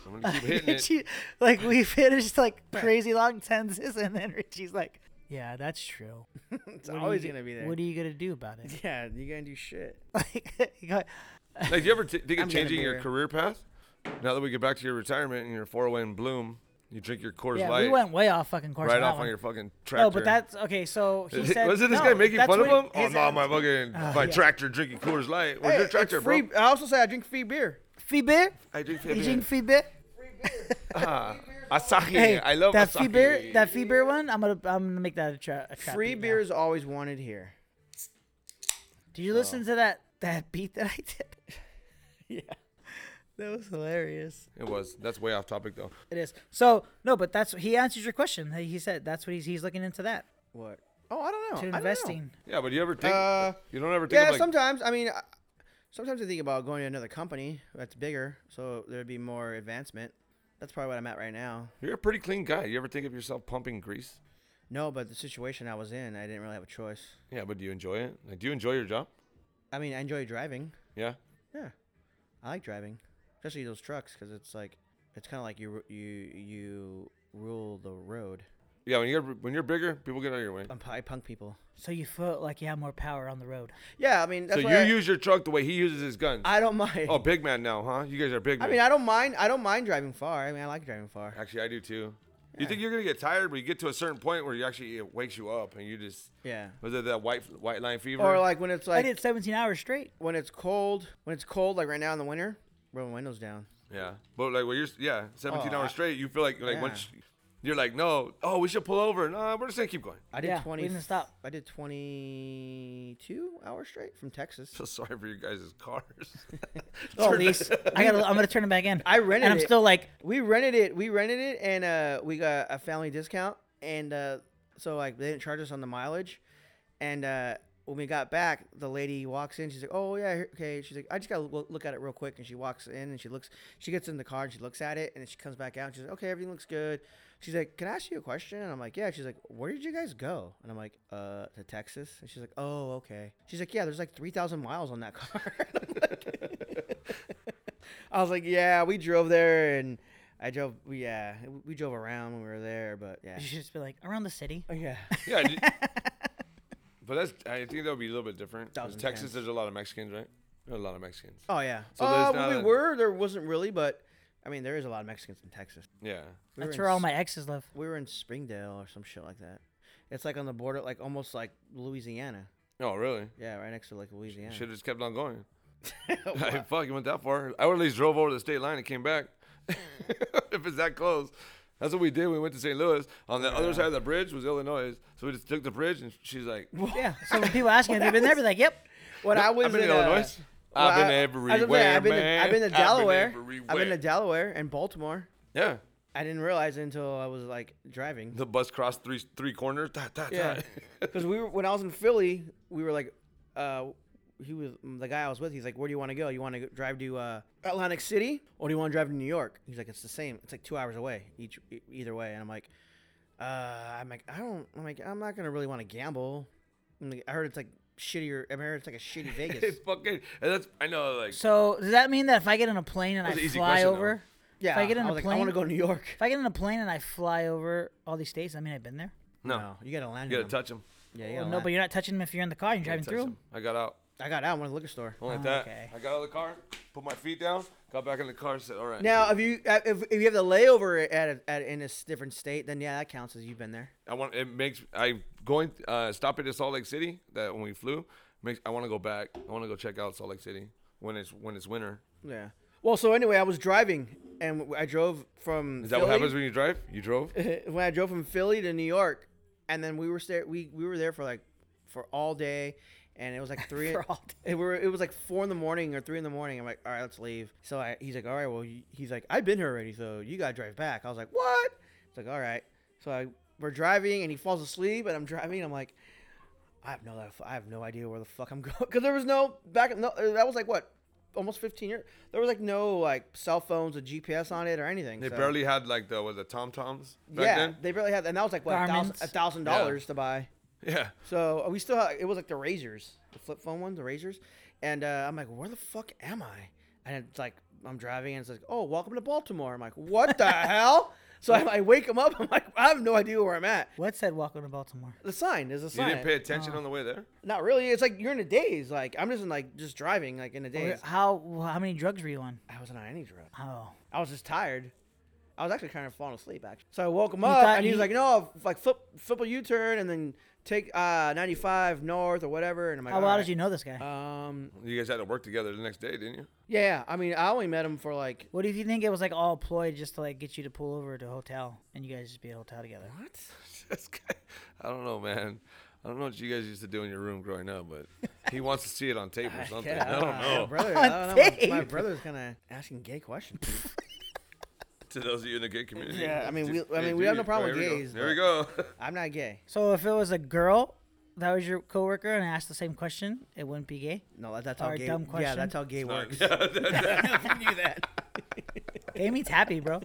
F: I'm gonna keep hitting it.
A: Richie, like we finished like crazy long tenses, and then Richie's like, "Yeah, that's true.
E: It's always
A: you-
E: gonna be there.
A: What are you gonna do about it?"
E: yeah, you gonna do shit.
A: like, you got-
F: Like, do you ever t- think
E: I'm
F: of
E: gonna
F: changing
E: be
F: your
E: real.
F: career path? Now that we get back to your retirement and your 401 bloom, You drink your Coors
A: Yeah,
F: Light
A: we went way off fucking course.
F: right
A: on that
F: off
A: one.
F: on your fucking tractor.
A: No, but that's okay. So he said,
F: Wasn't this
A: no,
F: guy making
A: that's
F: fun of
A: what Oh,
F: him? Oh
A: his-
F: no, my fucking my tractor drinking Coors Light. Where's
E: Hey,
F: your tractor,
E: it's free,
F: bro?
E: I also say I drink free beer.
A: Free beer?
F: I drink
A: You
F: beer.
A: drink free beer?
F: Asahi.
A: Hey,
F: I love
A: that
F: Asahi.
A: free beer. That free beer one. I'm gonna I'm gonna make that a, tra- a trap
E: Free
A: beat now.
E: beer is always wanted here.
A: Did you listen to that that beat that I did? yeah, that was hilarious.
F: It was. That's way off topic though.
A: It is. So no, but that's he answers your question. He he said that's what he's he's looking into that
E: What? Oh, I don't know.
A: to
E: I don't know.
A: investing.
F: Yeah, but you ever think?
E: Uh,
F: you don't ever think
E: Yeah,
F: of like
E: sometimes. I mean, I- sometimes I think about going to another company that's bigger, so there'd be more advancement. That's probably what I'm at right now.
F: you're a pretty clean guy. You ever think of yourself pumping grease?
E: No, but the situation I was in, I didn't really have a choice.
F: Yeah, but do you enjoy it? Like, do you enjoy your job?
E: I mean, I enjoy driving.
F: Yeah.
E: Yeah, I like driving, especially those trucks, because it's like it's kind of like you ru- you you rule the road.
F: Yeah. When you're when you're bigger, people get out of your way.
E: I'm pi- I punk people.
A: So you feel like you have more power on the road.
E: Yeah, I mean,
F: So
E: that's
F: you
E: why I,
F: use your truck the way he uses his guns.
E: I don't mind.
F: oh, big man now, huh? You guys are big.
E: I
F: Man.
E: mean, I don't mind. I don't mind driving far. I mean, I like driving far.
F: Actually, I do too. You think you're gonna get tired, but you get to a certain point where you actually it wakes you up and you just
E: Yeah.
F: Was it that white white line fever?
E: Or like when it's
A: I
E: like
A: did 17 hours straight.
E: when it's cold, when it's cold, like right now in the winter, roll the windows down.
F: yeah, but like when you're s- yeah 17
E: Oh, I-
F: hours straight, you feel like like once you're like no, oh we should pull over. No, we're just gonna keep going.
E: I did
A: Yeah, we
E: 20.
A: didn't stop.
E: I did 22 hours straight from Texas.
F: So sorry for you guys' cars.
A: Oh, Elise, I gotta. I'm gonna turn it back in.
E: I rented
A: And I'm
E: it.
A: still like,
E: We rented it. We rented it, and uh, we got a family discount, and uh, so like they didn't charge us on the mileage, and uh, when we got back, the lady walks in. She's like, "Oh yeah, here- okay." She's like, "I just gotta lo- look at it real quick," and she walks in and she looks. She gets in the car and she looks at it, and then she comes back out. And she's like, "Okay, everything looks good." She's like, "Can I ask you a question?" And I'm like, "Yeah." She's like, "Where did you guys go?" And I'm like, "Uh, to Texas." And she's like, "Oh, okay." She's like, "Yeah, there's like three thousand miles on that car." And I'm like- I was like, "Yeah, we drove there, and I drove. we- Yeah, we- we drove around when we were there, but yeah,
A: you should just be like around the city.
E: Oh, yeah."
F: yeah, d- but that's I think that would be a little bit different. 'Cause
E: Thousand
F: Texas,
E: times.
F: there's a lot of Mexicans, right? There's a lot of Mexicans.
E: Oh yeah.
F: So
E: uh,
F: there's
E: when
F: not
E: we
F: a-
E: were there wasn't really, but I mean there is a lot of Mexicans in Texas.
F: Yeah,
E: We were
A: That's
E: in
A: where all
E: S-
A: my exes live.
E: We were in Springdale or some shit like that. It's like on the border, like almost like Louisiana.
F: oh really?
E: Yeah, right next to like Louisiana.
F: Should have just kept on going. Like, fuck, you went that far. I would at least drove over the state line and came back. if it's that close. That's what we did when we went to St. Louis. On the other side of the bridge was Illinois. So we just took the bridge and she's like,
A: Yeah. So when people ask me, have you been there? I'd be like, yep.
E: When I was
F: I've been in
E: uh,
F: Illinois.
E: well, I- I
F: I've been
E: was
F: everywhere.
E: gonna say, I've been, to-
F: man.
E: I've been to Delaware. I've been,
F: everywhere."
E: to Delaware and Baltimore.
F: Yeah.
E: I didn't realize until I was like driving.
F: The bus crossed three three corners. Da, da, da.
E: Yeah, because we were when I was in Philly, we were like, uh, he was the guy I was with. He's like, "Where do you want to go? You want to drive to uh, Atlantic City, or do you want to drive to New York?" He's like, "It's the same. It's like two hours away each, e- either way." And I'm like, uh, "I'm like, I don't. I'm like, I'm not gonna really want to gamble." I'm like, I heard it's like shittier. I heard it's like a shitty Vegas.
F: it's fucking. And that's I know like
A: So does that mean that if I get in a plane and I
F: That's an easy
A: fly
F: question, though.
A: over,
E: yeah,
A: if I get in a
E: was like, I
A: plane-
E: want to go to New York.
A: if I get in a plane and I fly over all these states, I mean, I've been there.
F: no.
E: No, you gotta land.
F: You
E: on
F: gotta
E: them.
F: touch them.
E: Yeah, you
A: Well,
E: gotta
A: no,
E: land.
A: but you're not touching them if you're in the car. You're driving through.
F: I got out.
E: I got out. I went to the liquor store.
F: Only like that.
A: okay.
F: I got out of the car, put my feet down, got back in the car, said, "All right."
E: Now, if you uh, if, if you have the layover at, a, at in a s- different state, then yeah, that counts as you've been there.
F: I want it makes I going uh stopping at Salt Lake City that when we flew makes I want to go back. I want to go check out Salt Lake City when it's when it's winter.
E: Yeah. Well, so anyway, I was driving, and w- I drove from.
F: Is that what happens when you drive? You drove?
E: happens when I drove from Philly to New York? And then we were sta- we we were there for like for all day, and it was like three.
A: For all
E: It were it was like four in the morning or three in the morning. I'm like, all right, let's leave. So I, he's like, all right, well, you- he's like, I've been here already, so you gotta drive back. I was like, what? It's like, all right. So I we're driving, and he falls asleep, and I'm driving, and I'm like. I have no, I have no idea where the fuck I'm going because there was no back. No, that was like what, almost 15 years. There was like no like cell phones or GPS on it or anything.
F: They
E: so-
F: barely had like the was it Tom Toms back
E: yeah,
F: then?
E: they barely had, and that was like what a thousand,
A: Garmin's.
E: a thousand dollars to buy.
F: yeah.
E: So uh, we still had, it was like the razors, the flip phone ones, the razors, and uh, I'm like, where the fuck am I? And it's like I'm driving, and it's like, oh, welcome to Baltimore. I'm like, what the hell? So I, I wake him up. I'm like, I have no idea where I'm at.
A: What said welcome to Baltimore?
E: The sign is a
F: You
E: sign.
F: didn't pay attention on the way there?
E: Not really. It's like you're in a daze. Like I'm just in like just driving
F: Oh,
E: like in a daze.
A: How how many drugs were you on?
E: I wasn't on any drugs.
A: Oh,
E: I was just tired. I I was actually kind of falling asleep actually. So I woke him
A: You
E: up
A: thought
E: and he was
A: he-
E: like, "No, like flip football U-turn and then take uh 95 north or whatever." And I'm like,
A: How
E: "All
A: well
E: right."
A: did you know this guy?
E: Um,
F: You guys had to work together the next day, didn't you?
E: yeah, I mean, I only met him for like
A: what if you think it was like all a ploy just to like get you to pull over to a hotel and you guys just be at a hotel together?
F: What? This guy- I don't know, man. I don't know what you guys used to do in your room growing up, but he wants to see it on tape or something. I don't know.
E: brother. I don't know. My, my
A: tape.
E: brother's kind of asking gay questions.
F: To those of you in the gay community.
E: Yeah, I mean,
F: Dude,
E: we- I mean, we have no
F: dude.
E: problem
F: Oh,
E: with
F: here we go.
E: gays,
F: There we go.
E: I'm not gay.
A: So if it was a girl that was your coworker and asked the same question, it wouldn't be gay.
E: No, that- that's how
A: Or a
E: gay.
A: dumb
E: yeah,
A: question.
E: that's how gay works. I knew that.
A: Gay means happy, bro.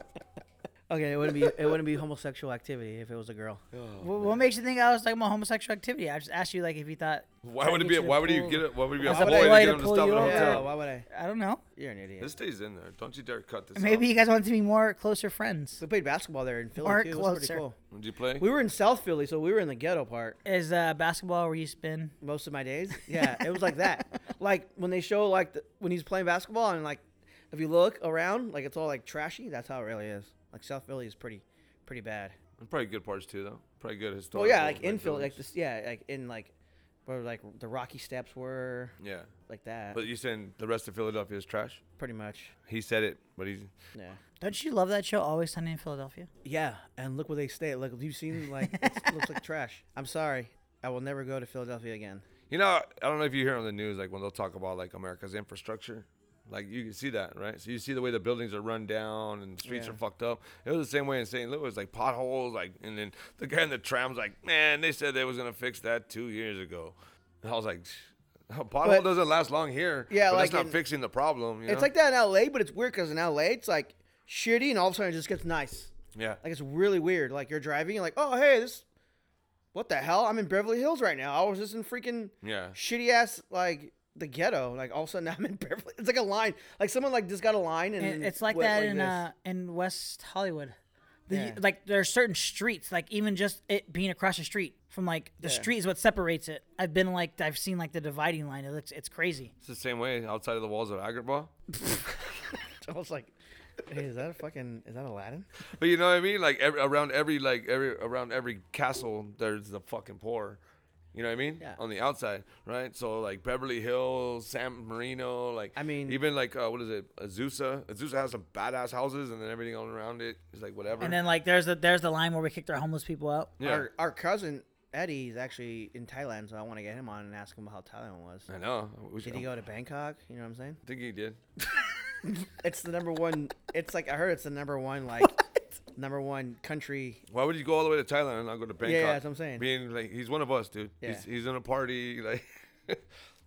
E: Okay, it wouldn't be it wouldn't be homosexual activity if it was a girl.
A: Wh- what makes you think I was talking about homosexual activity? I just asked you like if you thought.
F: Why
A: trying
F: would
A: to get
F: it be? A,
A: to
F: why would you
A: pull-
F: get it? Why would it be a
A: As a
F: boy
A: boy
F: to
A: to
F: get him to
A: pull
F: stop
A: you
F: at a
A: over.
F: hotel?
E: Yeah, why would I?
A: I don't know.
E: You're an idiot.
F: This stays in there. Don't you dare cut this.
A: Maybe you
F: Out.
A: guys wanted to be more closer friends.
E: We played basketball there in Philly
A: Or
E: too. It was pretty
A: closer.
E: cool.
F: Would you play?
E: We were in South Philly, so we were in the ghetto part
A: Is uh, basketball where you spin?
E: most of my days. Yeah, it was like that. Like when they show like the, when he's playing basketball and like if you look around, like it's all like trashy. That's how it really is. Like South Philly is pretty, pretty bad.
F: Probably good parts too, though. Probably good
E: Well,
F: historical.
E: yeah, like in Philly, like
F: buildings.
E: this, yeah, like in like where like the Rocky Steps were,
F: Yeah,
E: like that,
F: but you saying the rest of Philadelphia is trash?
E: pretty much.
F: He said it, but he's
E: Yeah.
A: Don't you love that show, Always Sunny in Philadelphia?
E: Yeah, and look where they stay. Look, you've seen like it looks like trash. I'm sorry, I will never go to Philadelphia again.
F: You know, I don't know if you hear on the news, like when they'll talk about like America's infrastructure, like you can see that, right? So you see the way the buildings are run down and the streets
E: Yeah.
F: are fucked up. It was the same way in St. Louis, like potholes, like and then the guy in the tram's like, man, they said they was gonna fix that two years ago, and I was like, a pothole
E: But-
F: doesn't last long here.
E: Yeah,
F: but
E: like
F: that's not
E: in-
F: fixing the problem. You
E: It's
F: know?
E: like that in LA, but it's weird because in LA it's like shitty, and all of a sudden it just gets nice.
F: yeah,
E: Like it's really weird. Like you're driving, and like, oh hey, this, what the hell? I'm in Beverly Hills right now. I was just in freaking
F: yeah.
E: shitty ass like the ghetto. Like all of a sudden I'm in Beverly. It's like a line. Like someone like just got a line, and
A: It- it's like
E: went
A: that in
E: this.
A: uh, in West Hollywood. The,
E: Yeah.
A: Like there are certain streets, like even just it being across the street from like the
E: Yeah.
A: street is what separates it. I've been like I've seen like the dividing line. It looks it's crazy.
F: It's the same way outside of the walls of Agrabah.
A: uh,
E: I was like, hey, is that a fucking? Is that Aladdin?
F: But you know what I mean? Like every, around every like every around every castle, there's the fucking poor. You know what I mean?
E: Yeah.
F: On the outside, right? So like Beverly Hills, San Marino, like
E: I mean-
F: even like uh, what is it? Azusa. Azusa has some badass houses, and then everything all around it is like whatever.
A: And then like there's the there's the line where we kicked our homeless people out.
F: yeah,
E: Our, our cousin Eddie is actually in Thailand, so I want to get him on and ask him how Thailand was.
F: I know. We should,
E: Did he go to Bangkok? You know what I'm saying?
F: I think he did.
E: It's the number one. It's like I heard it's the number one like number one country.
F: Why would you go all the way to Thailand and not go to Bangkok?
E: yeah, that's what I'm saying.
F: Being like he's one of us, dude.
E: Yeah.
F: He's, he's in a party. Like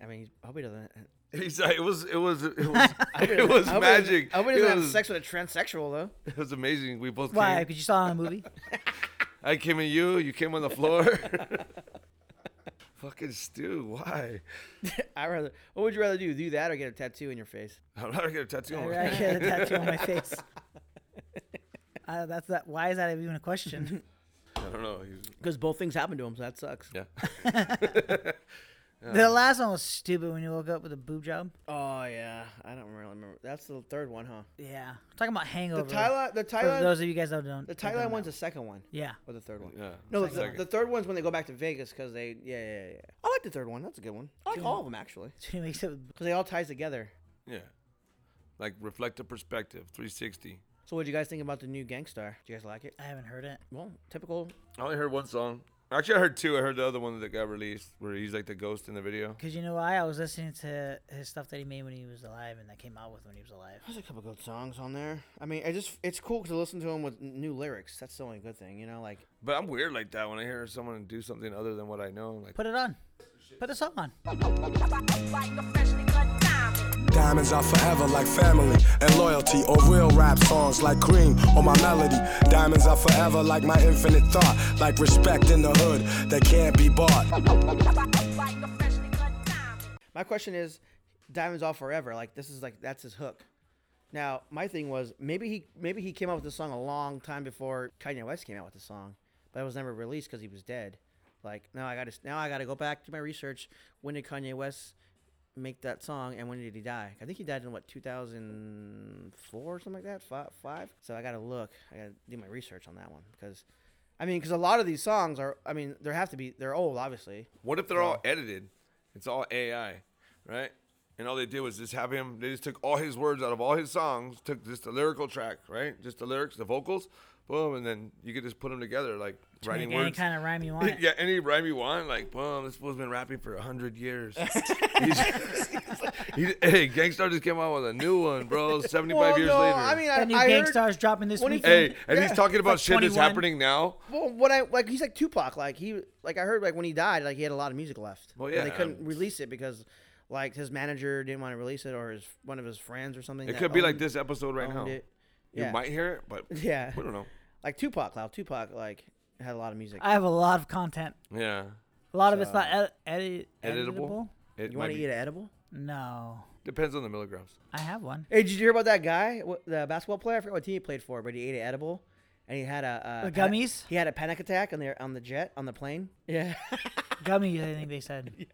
E: I mean, I hope he doesn't.
F: he's like it was it was it was
E: I hope he
F: it was
E: doesn't- I hope he doesn't-
F: magic.
E: I hope he
F: it
E: doesn't have
F: was,
E: sex with a transsexual though.
F: It was amazing. We both
A: Why?
F: came.
A: Because you saw it on a movie.
F: I came at you, you came on the floor. Fucking Stu, why?
E: I rather. What would you rather do? Do that or get a tattoo in your face?
F: I'm not gonna tattoo on
A: I
F: my
A: I get a tattoo on my face. Uh, that's that. Why is that even a question?
F: I don't know. He's,
E: Because both things happened to him, so that sucks.
F: yeah.
A: The last one was stupid when you woke up with a boob job.
E: Oh yeah, I don't really remember. That's the third one, huh?
A: Yeah, talking about hangover.
E: The Thailand, the
A: For
E: Thailand,
A: those of you guys that don't,
E: the
A: that don't
E: Thailand
A: know.
E: one's the second one.
A: Yeah,
E: Or the third one.
F: Yeah.
E: No,
F: Second.
E: the, the third one's when they go back to Vegas because they, yeah, yeah, yeah. I like the third one. That's a good one. I like all of them actually
A: so he makes it.
E: because they all ties together.
F: yeah. Like reflective perspective, 360.
E: So, what do you guys think about the new Gangstar? Do you guys like it?
A: I haven't heard it.
E: Well, typical.
F: I only heard one song. Actually, I heard two. I heard the other one that got released where he's like the ghost in the video.
A: Cause you know why? I was listening to his stuff that he made when he was alive, and that came out with when he was alive.
E: There's a couple good songs on there. I mean, I just it's cool to listen to them with n- new lyrics. That's the only good thing, you know. Like,
F: But I'm weird like that when I hear someone do something other than what I know. Like,
A: Put it on. Put the song on.
G: Diamonds are forever like family and loyalty, or real rap songs like cream on my melody. Diamonds are forever like my infinite thought, like respect in the hood that can't be bought.
E: my question is, Diamonds All Forever. Like, this is like that's his hook. Now, my thing was maybe he maybe he came out with this song a long time before Kanye West came out with the song, but it was never released because he was dead. Like now I got to now I got to go back to my research. When did Kanye West make that song, and when did he die? I think he died in what 2004 or something like that, five. five? So I gotta look. I gotta do my research on that one because, I mean, because a lot of these songs are. I mean, there have to be. They're old, obviously.
F: What if they're all edited? It's all AI, right? And all they did was just have him. They just took all his words out of all his songs, took just the lyrical track, right? Just the lyrics, the vocals, boom, and then you could just put them together, like writing
A: Make any
F: words.
A: kind of rhyme you want.
F: yeah, any rhyme you want, like boom. This fool's been rapping for hundred years. He's- he- hey, Gangstar just came out with a new one, bro. Seventy-five years later.
E: I mean,
A: That new
E: I, I heard.
A: Gangstar's dropping this
E: when he-
A: weekend.
F: hey, and he's
E: yeah,
F: talking about
A: like
F: shit that's
A: 21.
F: happening now.
E: Well, what I like, he's like Tupac. Like he, like I heard, like when he died, like he had a lot of music left.
F: Well,
E: And
F: yeah. um,
E: they couldn't release it because, like, his manager didn't want to release it, or his one of his friends or something.
F: It
E: that
F: could be like
E: owned-
F: this episode right now.
E: owned it.
F: You
E: Yeah.
F: might hear it, but
E: Yeah.
F: we don't know.
E: Like Tupac, loud Tupac, like had a lot of music.
A: I have a lot of content.
F: Yeah.
A: A lot of it's not ed- edit- editable.
F: Editable. It
E: you
F: might
E: want to
F: be-
E: eat an edible?
A: No,
F: Depends on the milligrams.
A: I have one.
E: Hey, did you hear about that guy, what, the basketball player? I forgot what team he played for, but he ate an edible, and he had a uh,
A: The
E: panic-
A: gummies?
E: he had a panic attack on the on the jet on the plane. Yeah,
A: Gummies, I think they said.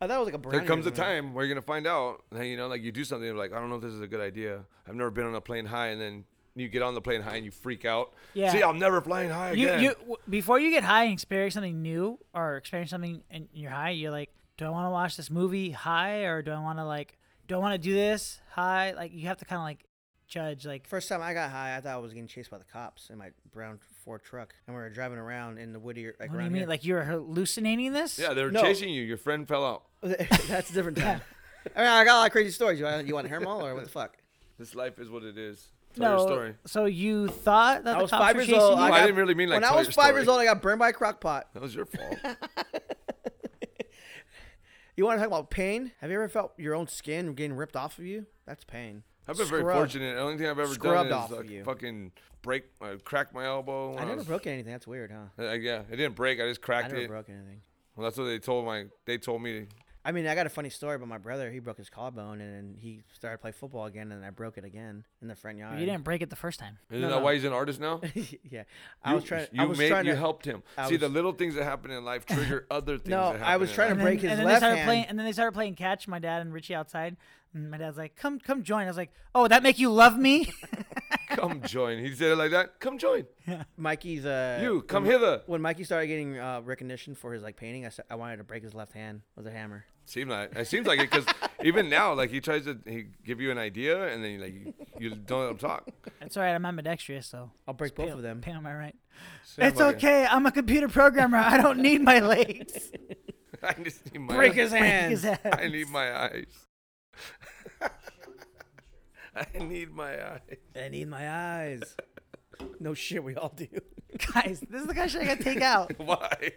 E: I thought it was like a.
F: There
E: brownie or
F: comes a
E: something.
F: time where you're gonna find out. Hey, you know, like you do something you're like, I don't know if this is a good idea. I've never been on a plane high, and then you get on the plane high and you freak out.
A: Yeah.
F: See, I'm never flying high
A: You,
F: again.
A: you w- before you get high and experience something new or experience something and you're high, you're like, do I want to watch this movie high or do I want to like, do I want to do this high? Like you have to kind of like judge like
E: First time I got high, I thought I was getting chased by the cops in my brown Ford truck, and we were driving around in the woody.
A: what
E: Like,
A: do you
E: around
A: mean?
E: here.
A: Like you're hallucinating this?
F: yeah, they're
E: No.
F: chasing you. Your friend fell out.
E: that's a different time. I mean, I got a lot of crazy stories. You want, you want to hear them all, or what the fuck?
F: This life is what it is.
A: No.
F: Tell your story.
A: So you thought that
E: I
A: the
E: was
A: cops
E: five
A: were
E: years
A: chasing
E: old.
A: you?
F: I didn't really mean, like,
E: when I
F: tell
E: was
F: your
E: five
F: story.
E: years old. I got burned by a crock pot.
F: That was your fault.
E: You want to talk about pain? Have you ever felt your own skin getting ripped off of you? That's pain.
F: I've been very
E: Scrub.
F: fortunate. The only thing I've ever
E: Scrubbed
F: done
E: off
F: is
E: of
F: like,
E: you.
F: fucking break, uh, crack my elbow. when
E: I never
F: was-
E: broke anything. That's weird, huh?
F: Uh, yeah, it didn't break. I just
E: I
F: cracked
E: never
F: it.
E: broke anything.
F: Well, that's what they told my. They told me.
E: I mean, I got a funny story about my brother. He broke his collarbone, and then he started to play football again, and I broke it again in the front yard.
A: You didn't break it the first time.
F: Isn't
E: No,
F: that
E: no.
F: why he's an artist now?
E: yeah, I was trying.
F: You
E: I was
F: made.
E: trying
F: you
E: to
F: helped him.
E: I
F: See, the
E: was-
F: little things that happen in life trigger other things.
E: No,
F: that
E: I was
F: happen in
E: trying to
F: life.
E: break his
A: and then
E: left
A: they started
E: hand.
A: playing and then they started playing catch my dad and richie outside and my dad's like come come join i was like oh would that make you love me
F: Come join. He said it like that. Come join.
E: Mikey's. Uh,
F: You come
E: when-
F: hither.
E: When Mikey started getting uh, recognition for his like painting, I, sa- I wanted to break his left hand with a hammer.
F: Seems like it seems like it because even now, like he tries to he give you an idea and then you, like you, you don't let him talk.
A: that's all right i'm ambidextrous so
E: I'll break both of them.
A: Pam, am I right?
F: Sounds
A: it's
F: like a-
A: okay. I'm a computer programmer. I don't need my legs.
F: I just need my.
E: Break his hand.
A: His ass.
F: I need my eyes. I need my eyes.
E: I need my eyes. no shit, we all do.
A: Guys, this is the kind of shit I gotta take out.
F: Why?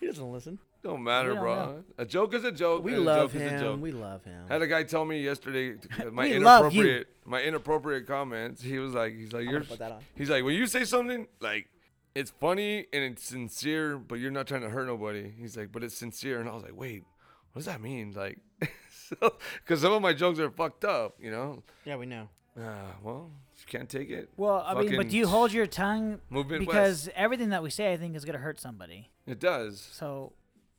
E: He doesn't listen.
F: Don't matter,
A: We don't
F: bro.
A: know.
F: A joke is a joke.
E: We
F: and a
E: love
F: joke Is a joke.
E: him. We love him.
F: I had a guy tell me yesterday t- my
A: We love you.
F: inappropriate my inappropriate comments. He was like, he's like, you're.
E: put that on.
F: He's like, when you say something like, it's funny and it's sincere, but you're not trying to hurt nobody. He's like, but it's sincere, and I was like, wait, what does that mean? Like, because some of my jokes are fucked up, you know.
E: Yeah, we know.
F: Uh, well, if you can't take it.
A: Well, I mean, but
F: fucking-
A: do you hold your tongue?
F: Move Midwest.
A: because everything that we say, I think, is gonna hurt somebody.
F: It does,
A: So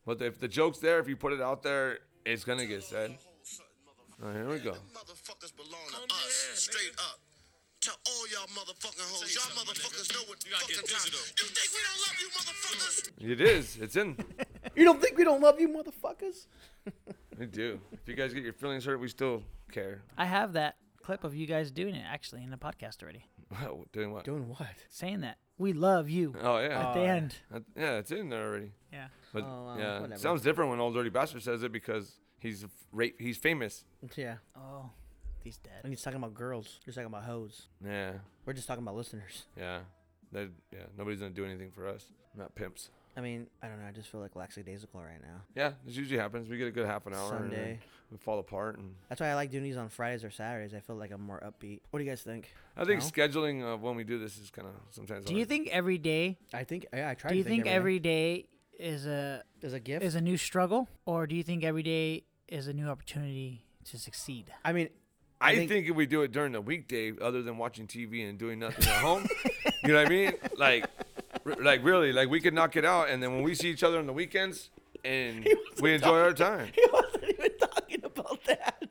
F: but if the joke's there, if you put it out there, it's gonna get said. Oh, here we go.
H: motherfuckers belong to us, straight up. To all y'all motherfucking hoes, y'all motherfuckers know what fucking time. You think we don't love you motherfuckers?
F: It is. It's in.
E: You don't think we don't love you, motherfuckers?
F: We do. If you guys get your feelings hurt, we still care.
A: I have that clip of you guys doing it actually in the podcast already,
F: Wow, doing what?
E: Doing what?
A: saying that we love you
F: Oh yeah.
A: at the end.
F: That- yeah, it's in there already.
A: Yeah.
F: But
E: Oh, wow,
F: yeah,
E: whatever.
F: sounds different when old dirty bastard says it because he's f- rape. He's famous.
E: Yeah.
A: Oh, he's dead.
E: And he's talking about girls. He's talking about hoes.
F: Yeah,
E: We're just talking about listeners.
F: yeah. That yeah. Nobody's gonna do anything for us. Not pimps.
E: I mean, I don't know. I just feel like lackadaisical right now.
F: Yeah, this usually happens. We get a good half an hour. and then
E: Sunday.
F: we fall apart, and
E: That's why I like doing these on Fridays or Saturdays. I feel like I'm more upbeat. What do you guys think?
F: I think
E: No?
F: scheduling of when we do this is kind of sometimes.
A: Do you
F: hard.
A: think every day?
E: I think yeah, I try.
A: Do
E: to
A: you think
E: every
A: every day is a
E: day is a gift?
A: is a new struggle, or do you think every day is a new opportunity to succeed?
E: I mean,
F: I,
E: I
F: think,
E: think-
F: if we do it during the weekday, other than watching TV and doing nothing at home, you know what I mean? Like, r- like really, like we could knock it out, and then when we see each other on the weekends, and we enjoy our time.
E: he wasn't even talking about about that.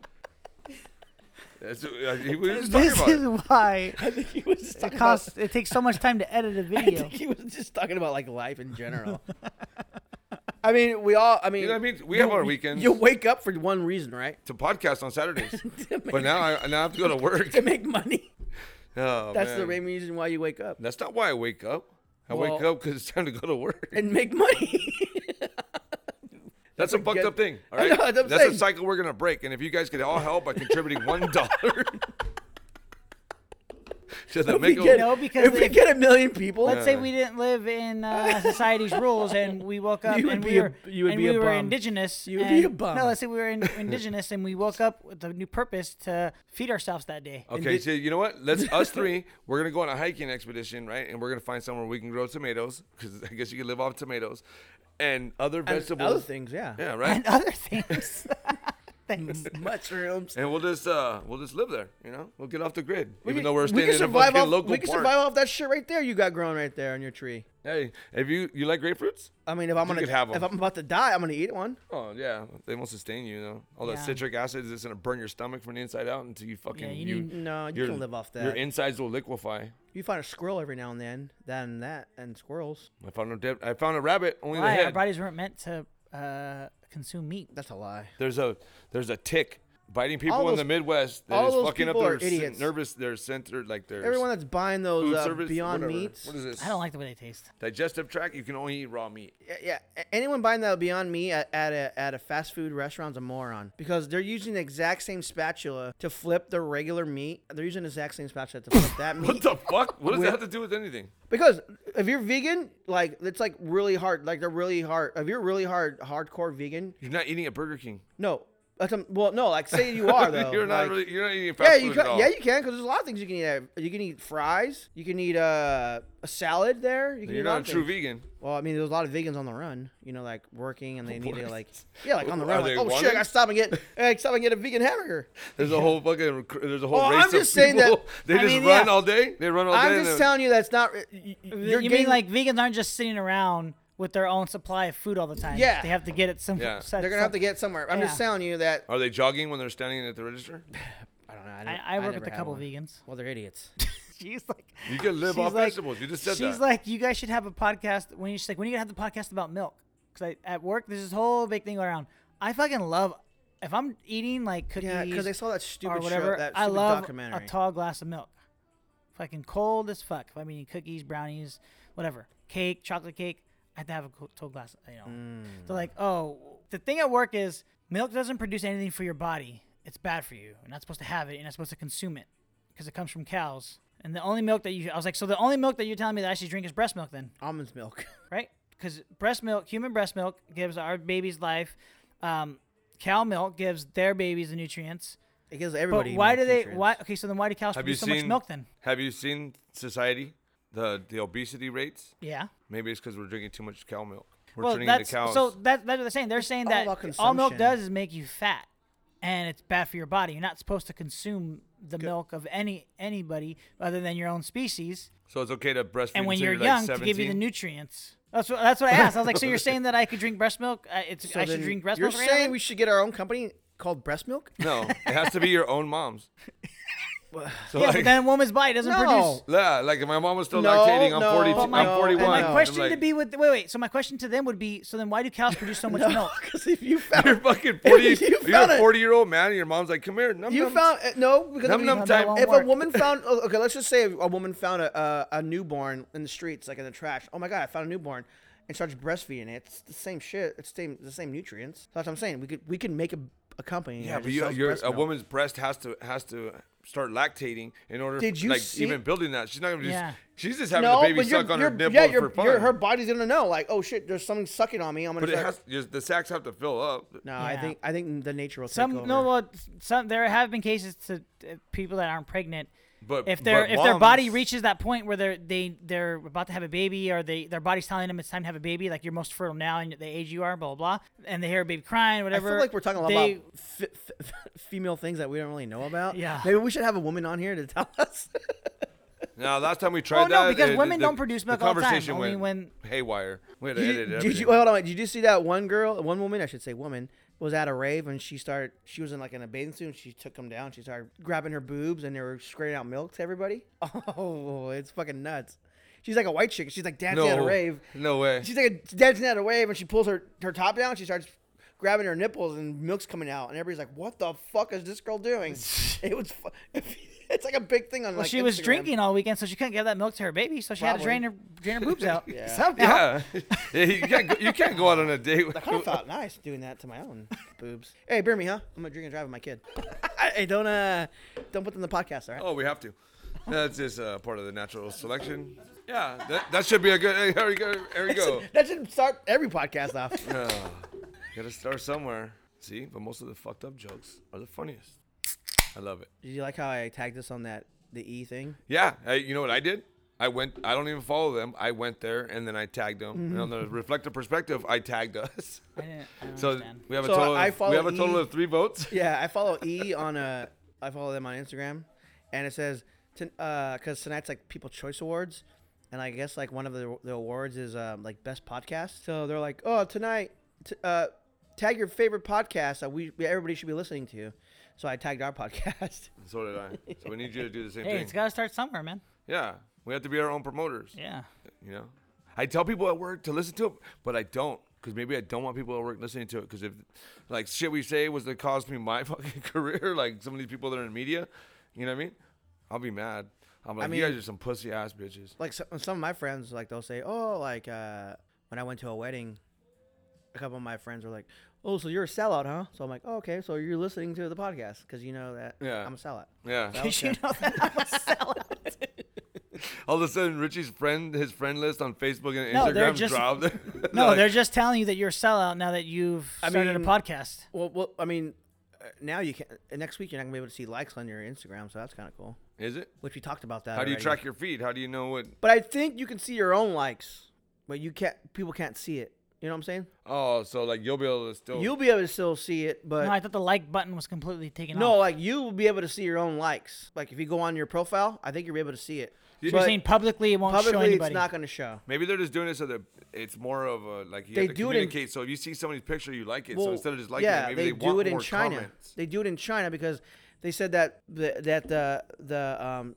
F: That's, uh, he we were just talking
A: This
F: about
A: is
F: it.
A: why
E: I think he was just
A: it
E: talking
A: costs. It takes so much time to edit a
E: about. I
A: video.
E: think he was just talking about like life in general. I mean, we all. I mean,
F: You know what I mean? We have our weekends
E: you wake up for one reason, right?
F: to podcast on Saturdays,
E: To make-
F: but now I now I have to go to work.
E: to make money.
F: Oh,
E: That's the
F: man.
E: main reason why you wake up
F: That's not why I wake up. I wake
E: Well-
F: up because it's time to go to work.
E: and make money.
F: That's a fucked
E: good-
F: up thing. All
E: I know,
F: right,
E: that's what I'm
F: that's a
E: saying.
F: cycle we're gonna break. And if you guys could all help by contributing one dollar to the
E: we
F: make
E: get-
A: No, because
E: if we
A: if-
E: get a million people,
A: Let's say we didn't live in uh, society's rules and we woke up
E: You would
A: and
E: be
A: we
E: a-
A: were,
E: you would
A: and
E: be
A: we
E: a
A: were
E: bum.
A: indigenous.
E: You would be a
A: and-
E: bum.
A: No, let's say we were in, indigenous and we woke up with a new purpose to feed ourselves that day.
E: Oh.
F: Okay, so you know what? Let's us three. We're gonna go on a hiking expedition, right? And we're gonna find somewhere we can grow tomatoes because I guess you can live off tomatoes and other vegetables.
E: other things, yeah.
F: Yeah, right.
A: And other things.
E: Mm,
A: Thanks.
E: Mushrooms.
F: and we'll just uh we'll just live there. You know, we'll get off the grid. Even
E: can-
F: though we're
E: we
F: staying
E: can
F: in a
E: survive
F: fucking
E: off,
F: local
E: We can
F: park.
E: survive off that shit right there you got growing right there on your tree.
F: Hey, if you you like grapefruits?
E: I mean, if I'm gonna
F: could have 'em.
E: if I'm about to die, I'm gonna eat one.
F: Oh yeah, they won't sustain you. You know, all that
A: Yeah.
F: citric acid is just gonna burn your stomach from the inside out until you fucking
A: you
F: you.
A: need-
E: No, you
F: your-
E: can live off
F: Your
E: that.
F: insides will liquefy.
E: you find a squirrel every now and then, that and that, and squirrels.
F: I found a de- I found a rabbit. Only the
A: Why? Our
F: head.
A: bodies weren't meant to uh, consume meat.
E: That's a lie.
F: There's a there's a tick biting people in
E: those-
F: the Midwest that
E: all
F: is
E: those
F: fucking up
E: people
F: their
E: are
F: sen-
E: idiots.
F: nervous their center like their
E: Everyone
F: s-
E: that's buying those
F: food
E: uh,
F: service
E: Beyond
F: whatever.
E: Meats.
F: What is this?
A: I don't like the way they taste.
F: digestive tract. You can only eat raw meat.
E: Yeah, yeah, a- anyone buying that Beyond Meat at, at a at a fast food restaurant's a moron because they're using the exact same spatula to flip the regular meat. They're using the exact same spatula to flip that meat.
F: What the fuck? What does
E: With-
F: that have to do with anything?
E: Because if you're vegan, like it's like really hard. Like they're really hard. If you're really hard, hardcore vegan,
F: You're not eating at Burger King.
E: no. That's a, well, no. Like say you are though.
F: you're not
E: like-
F: really. You're not eating fast
E: Yeah,
F: food
E: you
F: at
E: can,
F: all.
E: yeah, you can because there's a lot of things you can eat. at- You can eat fries. You can eat uh, a salad there. You can
F: You're
E: eat
F: not a
E: lot of
F: true
E: things.
F: vegan.
E: Well, I mean, there's a lot of vegans on the run. You know, like working and they need to
F: What?
E: like, yeah, like on the
F: Are
E: run.
F: they
E: Like, oh shit, I
F: running?
E: gotta stop and get, I gotta stop and get a vegan hamburger.
F: There's a whole fucking. cr- There's a whole
E: Well,
F: race
E: I'm just
F: of
E: saying that-
F: people. They
E: I
F: just
E: mean,
F: run
E: yeah.
F: all day. They run all day.
E: I'm
F: and
E: just
F: they're-
E: telling you that's not. You,
A: you
E: you're
A: mean
E: getting-
A: like vegans aren't just sitting around with their own supply of food all the time?
E: Yeah.
A: They have to get it some.
F: Yeah.
A: set-
E: they're gonna have to get somewhere. I'm just
A: Yeah.
E: telling you that.
F: Are they jogging when they're standing at the register?
E: I don't know.
A: I,
E: didn't-
A: I work
E: never
A: with a
E: had
A: couple
E: one.
A: vegans.
E: Well, they're idiots.
A: She's like,
F: You can live
A: She's
F: off
A: like-
F: vegetables. You just said
A: she's
F: that.
A: like, you guys should have a podcast. When you she's like, when are you gonna have the podcast about milk? Because at work, there's this whole big thing going around. I fucking love. If I'm eating like cookies,
E: yeah, because I saw that
A: or
E: stupid
A: whatever,
E: show, that
A: I
E: stupid
A: love
E: documentary.
A: a tall glass of milk. Fucking cold as fuck. If I'm eating cookies, brownies, whatever, cake, chocolate cake, I have to have a co- tall glass. You know,
E: Mm.
A: they're like, oh, the thing at work is milk doesn't produce anything for your body. It's bad for you. You're not supposed to have it. You're not supposed to consume it because it comes from cows. And the only milk that you, I was like, so the only milk that you're telling me that I should drink is breast milk, then,
E: Almonds milk.
A: right? Because breast milk, human breast milk, gives our babies life. Um, cow milk gives their babies the nutrients.
E: It gives
A: But
E: everybody.
A: why do
E: milk
A: they?
E: nutrients.
A: Why? Okay, so then why do cows
F: Have you
A: produce so
F: seen
A: much milk then?
F: Have you seen Society? The the obesity rates.
A: Yeah.
F: Maybe it's because we're drinking too much cow milk. We're
A: well,
F: turning
A: that's
F: into cows.
A: so that, that's what they're saying. They're saying
E: all
A: that
E: about
A: all milk
E: consumption.
A: does is make you fat, and it's bad for your body. You're not supposed to consume the milk of any anybody other than your own species.
F: So it's okay to breastfeed.
A: And when
F: until
A: you're, young,
F: like,
A: to give you the
F: 17?
A: nutrients. That's what, that's what I asked. I was like, so you're saying that I could drink breast milk? Uh, it's
E: So
A: I should
E: then
A: drink breast
E: You're
A: milk? right now
E: saying
A: then?
E: we should get our own company called Breast Milk?
F: No, it has to be your own mom's. so
A: yeah,
F: like,
A: but then a woman's body doesn't produce.
E: No.
F: yeah, like if my mom was still
E: No,
F: lactating. I'm
E: no,
F: 42.
E: but
A: my-
F: I'm 41.
A: My
E: No.
F: I'm
A: question
F: like,
A: to be with wait wait. So my question to them would be: so then why do cows produce so much milk?
E: Because if you found
F: You're fucking 40.
E: You
F: you are
E: found
F: a
E: it.
F: 40 year old man, and your mom's like, "Come here." Num,
E: You
F: num.
E: found uh, no because
F: Num
E: if,
F: num
E: you-
F: time.
E: if a
A: Homework.
E: woman found oh, okay, let's just say a woman found a, a a newborn in the streets, like in the trash. Oh my god, I found a newborn, and starts breastfeeding it. It's the same shit. It's same the same nutrients. That's what I'm saying. We could we could make a, a company.
F: Yeah,
E: that
F: but
E: just
F: you,
E: sells
F: you're,
E: breast
F: a
E: milk.
F: woman's breast has to has to start lactating in order
E: Did
F: for-
E: you
F: like
E: see-
F: even building that. She's not gonna just
A: Yeah.
F: she's just having
E: No,
F: the baby
E: but you're,
F: suck on
E: you're,
F: her nipple
E: yeah, you're,
F: for fun.
E: you're, her body's gonna know, like, oh shit, there's something sucking on me. I'm gonna.
F: but it
E: start-
F: has just- the sacks have to fill up.
E: no, I
A: Yeah.
E: think I think the nature will take
A: Some
E: over.
A: no, well, some there have been cases to uh, people that aren't pregnant.
F: But
A: if their
F: but
A: if their body
F: moms-
A: reaches that point where they're they they're about to have a baby or they their body's telling them it's time to have a baby, like you're most fertile now and the age you are, blah blah, blah and they hear a baby crying,
E: I
A: whatever.
E: feel like we're talking a lot
A: they-
E: about f- f- female things that we don't really know about.
A: Yeah.
E: maybe we should have a woman on here to tell us.
F: Now last time we tried
A: Oh, no,
F: that,
A: because
F: uh,
A: women
F: the-
A: don't produce milk
F: the
A: all the time,
F: conversation
A: only
F: went
A: when-
F: haywire. We had to
E: Did
F: edit
E: you,
F: everything.
E: did you hold on? Did you see that one girl, one woman? I should say woman was at a rave and she started. She was in like in a bathing suit. and She took them down. She started grabbing her boobs and they were spraying out milk to everybody. Oh, it's fucking nuts. She's like a white chick. She's like dancing at a rave.
F: No way.
E: She's like a, dancing at a wave, and she pulls her, her top down. She starts grabbing her nipples, and milk's coming out, and everybody's like, "What the fuck is this girl doing?" it was, fu- it's like a big thing on
A: Well,
E: like.
A: she was
E: Instagram.
A: drinking all weekend, so she couldn't give that milk to her baby, so she had to drain her drain her boobs out.
E: Yeah.
A: Somehow.
F: yeah. Yeah, you can't go, you can't go out on a date. With,
E: I kind of felt nice doing that to my own boobs. Hey, beer me, huh? I'm gonna drink and drive with my kid. hey, don't uh, don't put them in the podcast, all right?
F: oh, we have to. That's just uh, part of the natural selection. Yeah, that, that should be a good. Hey, here we go. Here we
A: Oh.
F: go.
E: that should start every podcast off.
F: Gotta start somewhere. See, but most of the fucked up jokes are the funniest. I love it.
E: Did you like how I tagged this on that the E thing?
F: Yeah, I, you know what I did? I went. I don't even follow them. I went there and then I tagged them. And on the reflective perspective, I tagged us.
A: Mm-hmm. I didn't, I don't
F: So
A: understand.
F: we have a
E: So
F: total.
E: I
F: of,
E: follow
F: we have a total
E: E.
F: of three votes.
E: Yeah, I follow E on uh, I follow them on Instagram, and it says because tonight's like People Choice Awards, and I guess like one of the, the awards is um, like best podcast. So they're like, oh, tonight, t- uh, tag your favorite podcast that we everybody should be listening to. So I tagged our podcast.
F: So did I. So we need you to do the same
A: Hey,
F: thing.
A: it's got to start somewhere, man.
F: yeah, we have to be our own promoters.
A: Yeah.
F: You know, I tell people at work to listen to it, but I don't because maybe I don't want people at work listening to it. Because if, like, shit we say was to cost me my fucking career, like some of these people that are in media, you know what I mean? I'll be mad. I'm like, you
E: mean-
F: guys are some pussy ass bitches.
E: like some, some of my friends like they'll say oh like uh when i went to a wedding a couple of my friends were like oh so you're a sellout huh so i'm like oh, okay so you're listening to the podcast because you know that
F: Yeah.
E: i'm a sellout
F: Yeah.
A: Did you know that I'm a sellout?
F: All of a sudden, Richie's friend, his friend list on Facebook and
A: No, they're
F: Instagram
A: just-
F: dropped.
A: No,
F: Like,
A: they're just telling you that you're a sellout now that you've started
E: mean-
A: a podcast.
E: well, well i mean uh, now you can uh, next week you're not gonna be able to see likes on your instagram so that's kind of cool
F: Is it?
E: which we talked about that
F: How do you
E: already.
F: track your feed? How do you know what?
E: but i think you can see your own likes but you can't people can't see it you know what i'm saying
F: Oh, so like you'll be able to still.
E: you'll be able to still see it but
A: No, I thought the like button was completely taken
E: no
A: off.
E: like you will be able to see your own likes like if you go on your profile i think you'll be able to see it
A: So you're
E: But-
A: saying publicly it won't show
E: Publicly,
A: anybody.
E: it's not going to show.
F: Maybe they're just doing it so that it's more of a like you
E: They
F: have to
E: do it in-
F: communicate. so if you see somebody's picture, you like it. so instead of just liking
E: yeah,
F: it, maybe they,
E: they, do
F: want
E: it in
F: more
E: China.
F: comments.
E: They do it in China because they said that the, that the the um,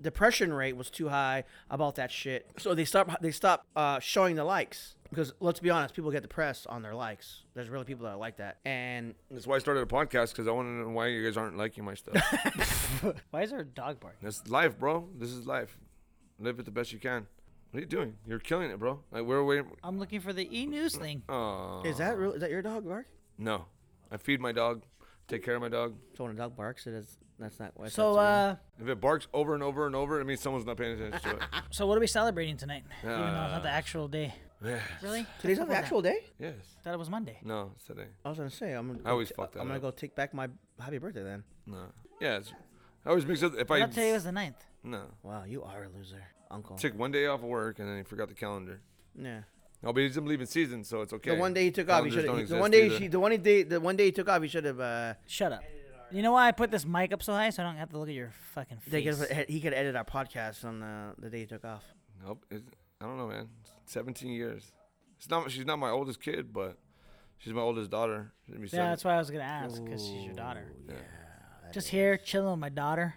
E: depression rate was too high about that shit. So they stop they stop uh, showing the likes because let's be honest, people get depressed on their likes. There's really people that are like that, and
F: That's why I started a podcast because I want to know why you guys aren't liking my stuff.
A: Why is there a dog barking?
F: That's life, bro. This is life. Live it the best you can. What are you doing? You're killing it, bro. Like we're waiting.
A: I'm looking for the e news thing.
F: Oh
E: is that real? Is that your dog bark?
F: no, I feed my dog, take care of my dog.
E: So when a dog barks, it is that's not what.
A: so, uh,
F: If it barks over and over and over, it means someone's not paying attention to it.
A: uh, so what are we celebrating tonight? Even though it's
F: Uh,
A: not the actual day. Really?
E: today's not the actual day.
F: yes.
A: thought it was Monday.
F: No, it's today.
E: I was gonna say I'm. Gonna
F: I always fuck that
E: I'm gonna
F: up.
E: go take back my happy birthday then.
F: No. Yes. I always mix up if I
A: I thought today was the 9th.
F: no.
E: Wow, you are a loser, Uncle.
F: Took one day off of work and then he forgot the calendar.
E: yeah.
F: No, but he's in leaving season, so it's okay.
E: The one day he took off, he
F: Calendars
E: should have.
F: don't
E: The
F: exist
E: one day
F: either.
E: she, the one day, the one day he took off, he should have. Uh,
A: Shut up. You know why I put this mic up so high so I don't have to look at your fucking face?
E: they could have, he could edit our podcast on the the day he took off.
F: Nope. It's, I don't know, man. Seventeen years. It's not. She's not my oldest kid, but she's my oldest daughter. She'll be
A: yeah,
F: seven.
A: that's why I was gonna ask because she's your daughter.
F: Yeah.
A: Just here chilling with my daughter.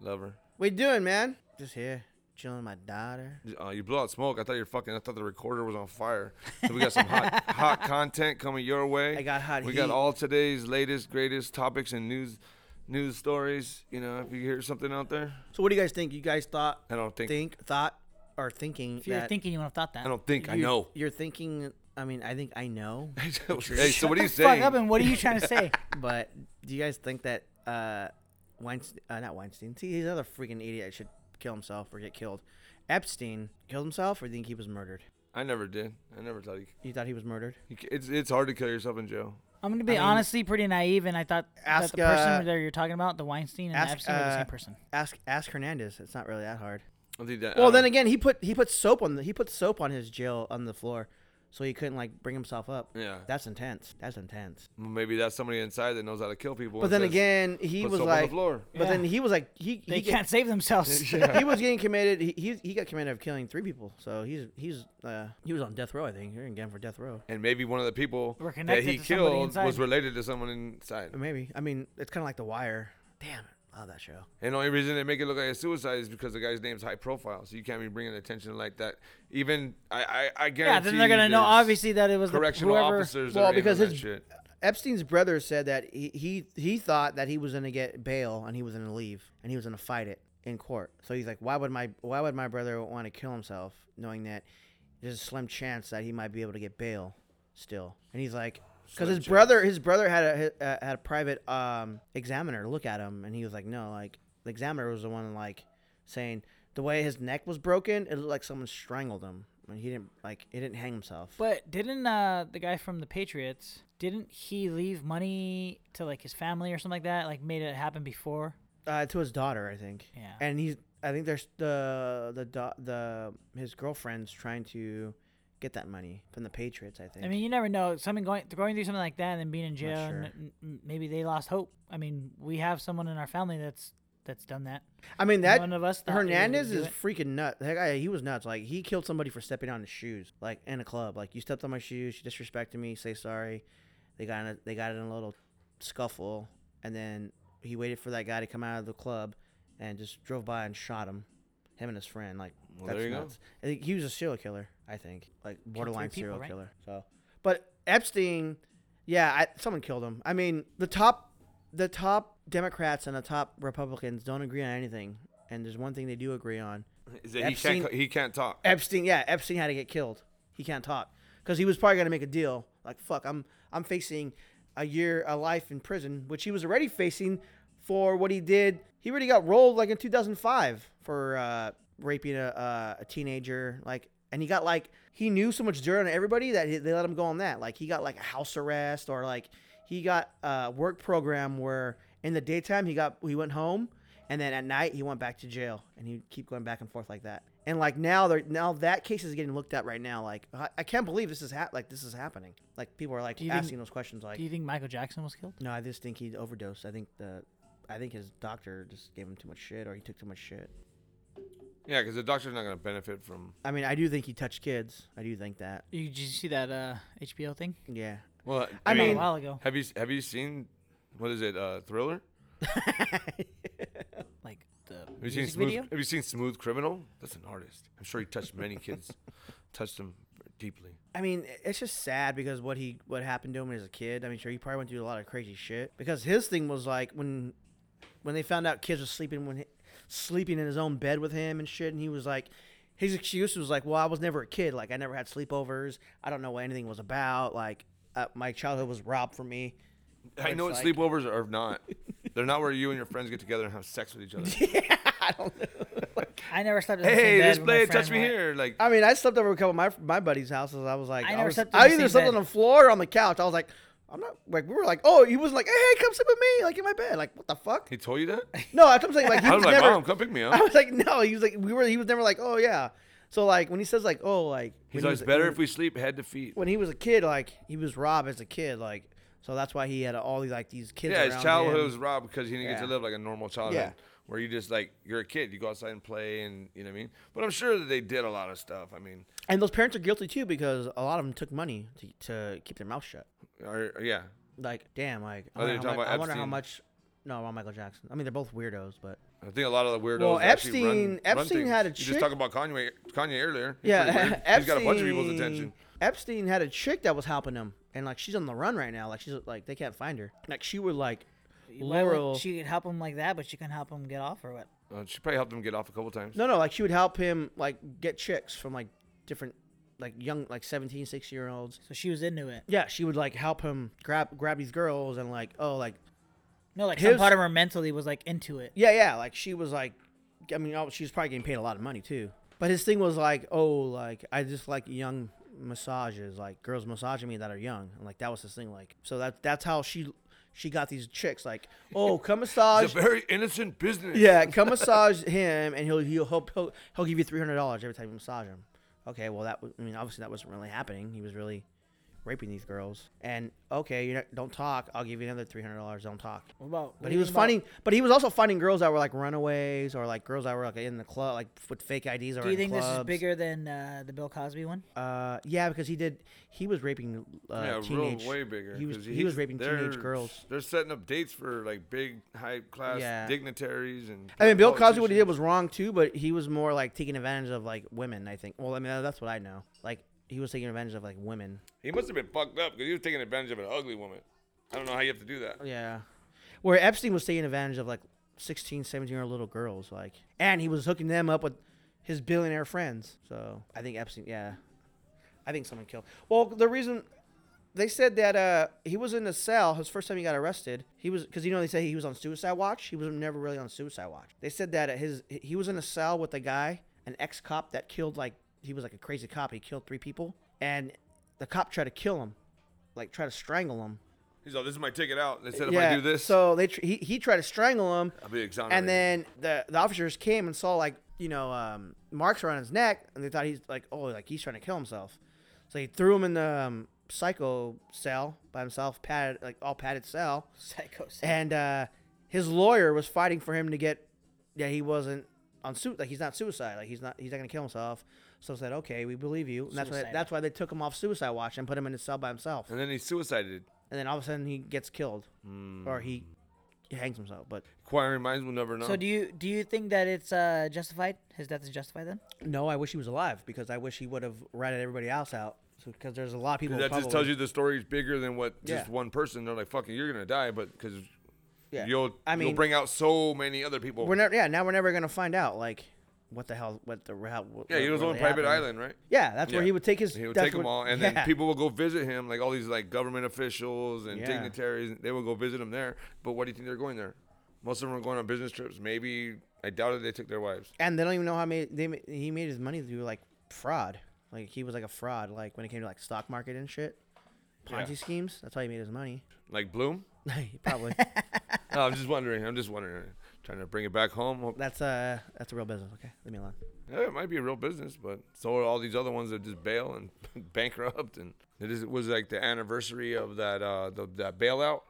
F: Love her.
E: What you doing, man? Just here, chilling with my daughter.
F: Uh, you blew out smoke. I thought you're fucking. I thought the recorder was on fire. So we got some hot, hot content coming your way.
E: I got hot
F: We
E: heat.
F: got all today's latest, greatest topics and news, news stories. You know, if you hear something out there,
E: So, what do you guys think? You guys thought,
F: I don't think.
E: think, thought, or thinking
A: If you're
E: that
A: thinking, you would have thought that.
F: I don't think. I
E: you-
F: know.
E: You're thinking. I mean, I think I know,
F: hey, so what are you
A: Fuck
F: saying?
A: up and what are you trying to say?
E: but do you guys think that uh, Weinstein, uh, not Weinstein, see, he's another freaking idiot. that Should kill himself or get killed. Epstein killed himself, or do you think he was murdered?
F: I never did. I never thought you.
E: You thought he was murdered?
F: you c- It's it's hard to kill yourself in jail.
A: I'm gonna be honestly pretty naive, and I thought
E: Ask,
A: that the person
E: uh,
A: that you're talking about, the Weinstein and
E: ask,
A: the Epstein, were the
E: uh,
A: same person.
E: Ask Ask Hernandez. It's not really that hard.
F: I think that. I
E: Well,
F: don't-
E: then again, he put he put soap on the he put soap on his jail on the floor so he couldn't like bring himself up.
F: Yeah.
E: that's intense. That's intense.
F: Maybe that's somebody inside that knows how to kill people.
E: But
F: and
E: then
F: says,
E: again, he
F: "Put
E: was
F: soap on the
E: like,
F: floor."
E: but then he was like, he
A: They
E: he get-
A: can't save themselves.
E: he was getting committed. He, he he got committed of killing three people. So he's he's uh, he was on death row. I think you're again for death row.
F: and maybe one of the people
A: We're
F: that
A: connected
F: he
A: to somebody
F: killed
A: inside.
F: was related to someone inside.
E: Maybe. I mean, it's kind of like The Wire. Damn, I love that show.
F: And the only reason they make it look like a suicide is because the guy's name's high profile, so you can't be bringing attention like that. Even I, I, I guarantee.
A: yeah, then they're gonna know
F: there's
A: obviously that it was the,
F: correctional
A: whoever.
F: officers.
E: Well,
F: that are in
E: because
F: on that
E: his-
F: shit.
E: Epstein's brother said that he, he he thought that he was gonna get bail and he was gonna leave and he was gonna fight it in court. So he's like, why would my why would my brother want to kill himself, knowing that there's a slim chance that he might be able to get bail still? And he's like, because his brother his brother had a uh, had a private um, examiner look at him and he was like, no, like the examiner was the one like saying the way his neck was broken, it looked like someone strangled him. And he didn't like he didn't hang himself.
A: But didn't uh, the guy from the Patriots? Didn't he leave money to like his family or something like that? Like made it happen before.
E: Uh, to his daughter, I think.
A: Yeah.
E: And he's, I think there's the the da- the his girlfriend's trying to get that money from the Patriots. I think.
A: I mean, you never know. Something going going through something like that, and then being in jail,
E: sure.
A: and n- n- maybe they lost hope. I mean, we have someone in our family that's that's done that.
E: I mean that
A: none of us thought they were gonna
E: Hernandez
A: do
E: is
A: it.
E: freaking nuts. That guy, he was nuts. Like he killed somebody for stepping on his shoes, like in a club. Like you stepped on my shoes, you disrespected me. Say sorry. They got in a, they got in a little scuffle, and then he waited for that guy to come out of the club, and just drove by and shot him, him and his friend. Like that's
F: there you go.
E: nuts. I think he was a serial killer. I think like borderline
A: people,
E: serial
A: right?
E: killer. So, but Epstein, yeah, I, someone killed him. I mean, the top, the top Democrats and the top Republicans don't agree on anything, and there's one thing they do agree on.
F: Is that he
E: Epstein-
F: can't. He can't talk.
E: Epstein, yeah, Epstein had to get killed. He can't talk because he was probably gonna make a deal. Like fuck, I'm I'm facing a year, a life in prison, which he was already facing for what he did. He already got rolled like in 2005 for uh, raping a, uh, a teenager, like, and he got like he knew so much dirt on everybody that he, they let him go on that. Like he got like a house arrest or like he got a work program where in the daytime he got he went home and then at night he went back to jail, and he would keep going back and forth like that. And like now, they're now that case is getting looked at right now. Like I, I can't believe this is hap like this is happening. Like people are like
A: you
E: asking
A: think-
E: those questions. Like
A: Do you think Michael Jackson was killed?
E: no, I just think he overdosed. I think the I think his doctor just gave him too much shit, or he took too much shit.
F: Yeah, because the doctor's not gonna benefit from.
E: I mean, I do think he touched kids. I do think that.
A: You, did you see that uh, HBO thing?
E: Yeah.
F: Well,
E: I
A: About
E: mean-
A: a while ago,
F: have you have you seen what is it? Uh, Thriller.
A: like the
F: Have you seen
A: music
F: Smooth?
A: video.
F: Have you seen Smooth Criminal? That's an artist. I'm sure he touched many kids, touched them deeply.
E: I mean, it's just sad because what he what happened to him as a kid. I mean, sure, he probably went through a lot of crazy shit. Because his thing was like when when they found out kids were sleeping when he, sleeping in his own bed with him and shit, and he was like, his excuse was like, "Well, I was never a kid. Like, I never had sleepovers. I don't know what anything was about. Like, uh, my childhood was robbed from me."
F: I know what
E: it's like-
F: sleepovers are not. They're not where you and your friends get together and have sex with each other.
A: I never slept. In the same
F: hey,
A: bed
F: this
A: with my
F: blade touched
A: friend
F: me
A: one-
F: here. Like,
E: I mean, I slept over a couple of my my buddies' houses. I was like,
A: I
E: I,
A: never
E: was,
A: slept in
E: I
A: the
E: either
A: same
E: slept
A: bed.
E: on the floor or on the couch. I was like, I'm not like we were like, oh, he was like, hey, hey, come sleep with me, like in my bed, like what the fuck?
F: he told you that?
E: No, that's what I'm saying. Like he
F: I
E: was
F: was like,
E: never.
F: Mom, come pick me
E: I
F: up.
E: was like, no, he was like, we were. He was never like, oh yeah. So like when he says like, oh like,
F: He's
E: when he
F: like, it's
E: was-
F: better if we sleep head to feet.
E: When he was a kid, like he was robbed as a kid, like so that's why he had all these like these kids.
F: Yeah, his
E: around
F: childhood
E: him.
F: was robbed because he didn't get to
E: Yeah.
F: live like a normal childhood.
E: Yeah.
F: Where you just like you're a kid, you go outside and play, and you know what I mean. But I'm sure that they did a lot of stuff. I mean,
E: And those parents are guilty too because a lot of them took money to, to keep their mouth shut.
F: or, yeah,
E: Like damn, like I
F: Oh,
E: wonder
F: you're
E: how
F: talking
E: mu-
F: about
E: I wonder how
F: Epstein?
E: much. No, about Michael Jackson. I mean, they're both weirdos, but
F: I think a lot of the weirdos.
E: Well,
F: actually run-
E: Epstein-
F: run
E: Epstein
F: things.
E: had a
F: You
E: chick-
F: just talked about Kanye, Kanye earlier. He's
E: yeah,
F: pretty weird.
E: Epstein,
F: he's got a bunch of people's attention.
E: Epstein had a chick that was helping him, and like she's on the run right now. Like she's like they can't find her. Like she would like
A: Why would
E: Laurel.
A: she could help him like that, but she couldn't help him get off or what?
F: Uh, she probably helped him get off a couple times.
E: No, no, like she would help him like get chicks from like different like young like 17, 16 year olds.
A: So she was into it.
E: Yeah, she would like help him grab grab these girls and like oh like
A: No, like
E: His-
A: some part of her mentally was like into it.
E: yeah, yeah, like she was like I mean, oh, she was probably getting paid a lot of money too. But his thing was like, "Oh, like I just like young massages, like girls massaging me that are young." And like that was his thing like. So that that's how she she got these chicks like, "Oh, come massage
F: It's a very innocent business.
E: Yeah, come massage him, and he'll he'll help he'll, he'll give you three hundred dollars every time you massage him. okay, well that w- I mean obviously that wasn't really happening. He was really raping these girls. And okay, you don't talk. I'll give you another three hundred dollars. Don't talk.
A: What about?
E: But he was finding, but he was also finding girls that were like runaways or like girls that were like in the club, like with fake IDs or
A: Do you
E: in
A: think this is
E: clubs.
A: bigger than uh, the Bill Cosby one?
E: Uh, yeah, because he did. He was raping uh,
F: yeah,
E: teenage.
F: real way bigger.
E: He was
F: 'cause
E: he
F: he's-
E: was raping teenage
F: they're-
E: girls.
F: They're setting up dates for like big high class
E: Yeah.
F: dignitaries and.
E: I mean, Bill Cosby, what he did was wrong too, but he was more like taking advantage of like women. I think. Well, I mean, that's what I know. Like he was taking advantage of like women.
F: He must have been fucked up because he was taking advantage of an ugly woman. I don't know how you have to do that.
E: Oh, Yeah. Where Epstein was taking advantage of like 16, 17 year old little girls, like, and he was hooking them up with his billionaire friends. So I think Epstein, yeah, I think someone killed. Well, the reason they said that uh, he was in a cell his first time he got arrested. He was because you know they say he was on suicide watch. He was never really on suicide watch. They said that at his he was in a cell with a guy, an ex cop that killed like he was like a crazy cop. He killed three people, and the cop tried to kill him, like try to strangle him.
F: He's like, "This is my ticket out." They said, "If I do this,
E: So they tr- he, he tried to strangle him,
F: I'll be exonerated."
E: and then the the officers came and saw like you know um, marks around his neck, and they thought he's like oh like he's trying to kill himself, so they threw him in the um, psycho cell by himself, padded like all padded cell,
A: Psycho. Sam.
E: and uh, his lawyer was fighting for him to get that he wasn't on suit like he's not suicide like he's not he's not gonna kill himself. So said okay we believe you, and that's why
A: Suicidal.
E: that's why they took him off suicide watch and put him in his cell by himself
F: and then he suicided.
E: and then all of a sudden he gets killed or he
F: Hmm.
E: hangs himself but
F: Inquiring minds will never know.
E: um,
A: So do you do you think that it's uh, justified? His death is justified then?
E: no i wish he was alive because i wish he would have ratted everybody else out because there's a lot of people
F: that
E: probably,
F: just tells you the story's bigger than what just
E: Yeah.
F: one person. They're like, "Fucking, you're gonna die," but because
E: yeah.
F: you'll,
E: i mean
F: you'll bring out so many other people.
E: we're never yeah now we're never gonna find out like what the hell what the how, what,
F: yeah, he
E: what
F: was on
E: really
F: private
E: happened.
F: island, right?
E: yeah that's where
F: Yeah.
E: he would take his
F: He would
E: that's
F: take them
E: what-
F: all, and
E: yeah.
F: then people will go visit him, like all these like government officials and
E: Yeah.
F: dignitaries. They will go visit him there. But what do you think they're going there? Most of them are going on business trips. Maybe I doubt it. They took their wives.
E: and they don't even know how made they ma- he made his money through like fraud like he was like a fraud like when it came to like stock market and shit ponzi
F: Yeah.
E: schemes that's how he made his money
F: Like Bloom?
E: probably
F: No, I'm just wondering. I'm just wondering. Trying to bring it back home. Hope-
E: that's uh that's a real business okay leave me alone
F: Yeah, it might be a real business, but so are all these other ones that just bail and bankrupt. And it, is, it was like the anniversary of that uh, the, that bailout,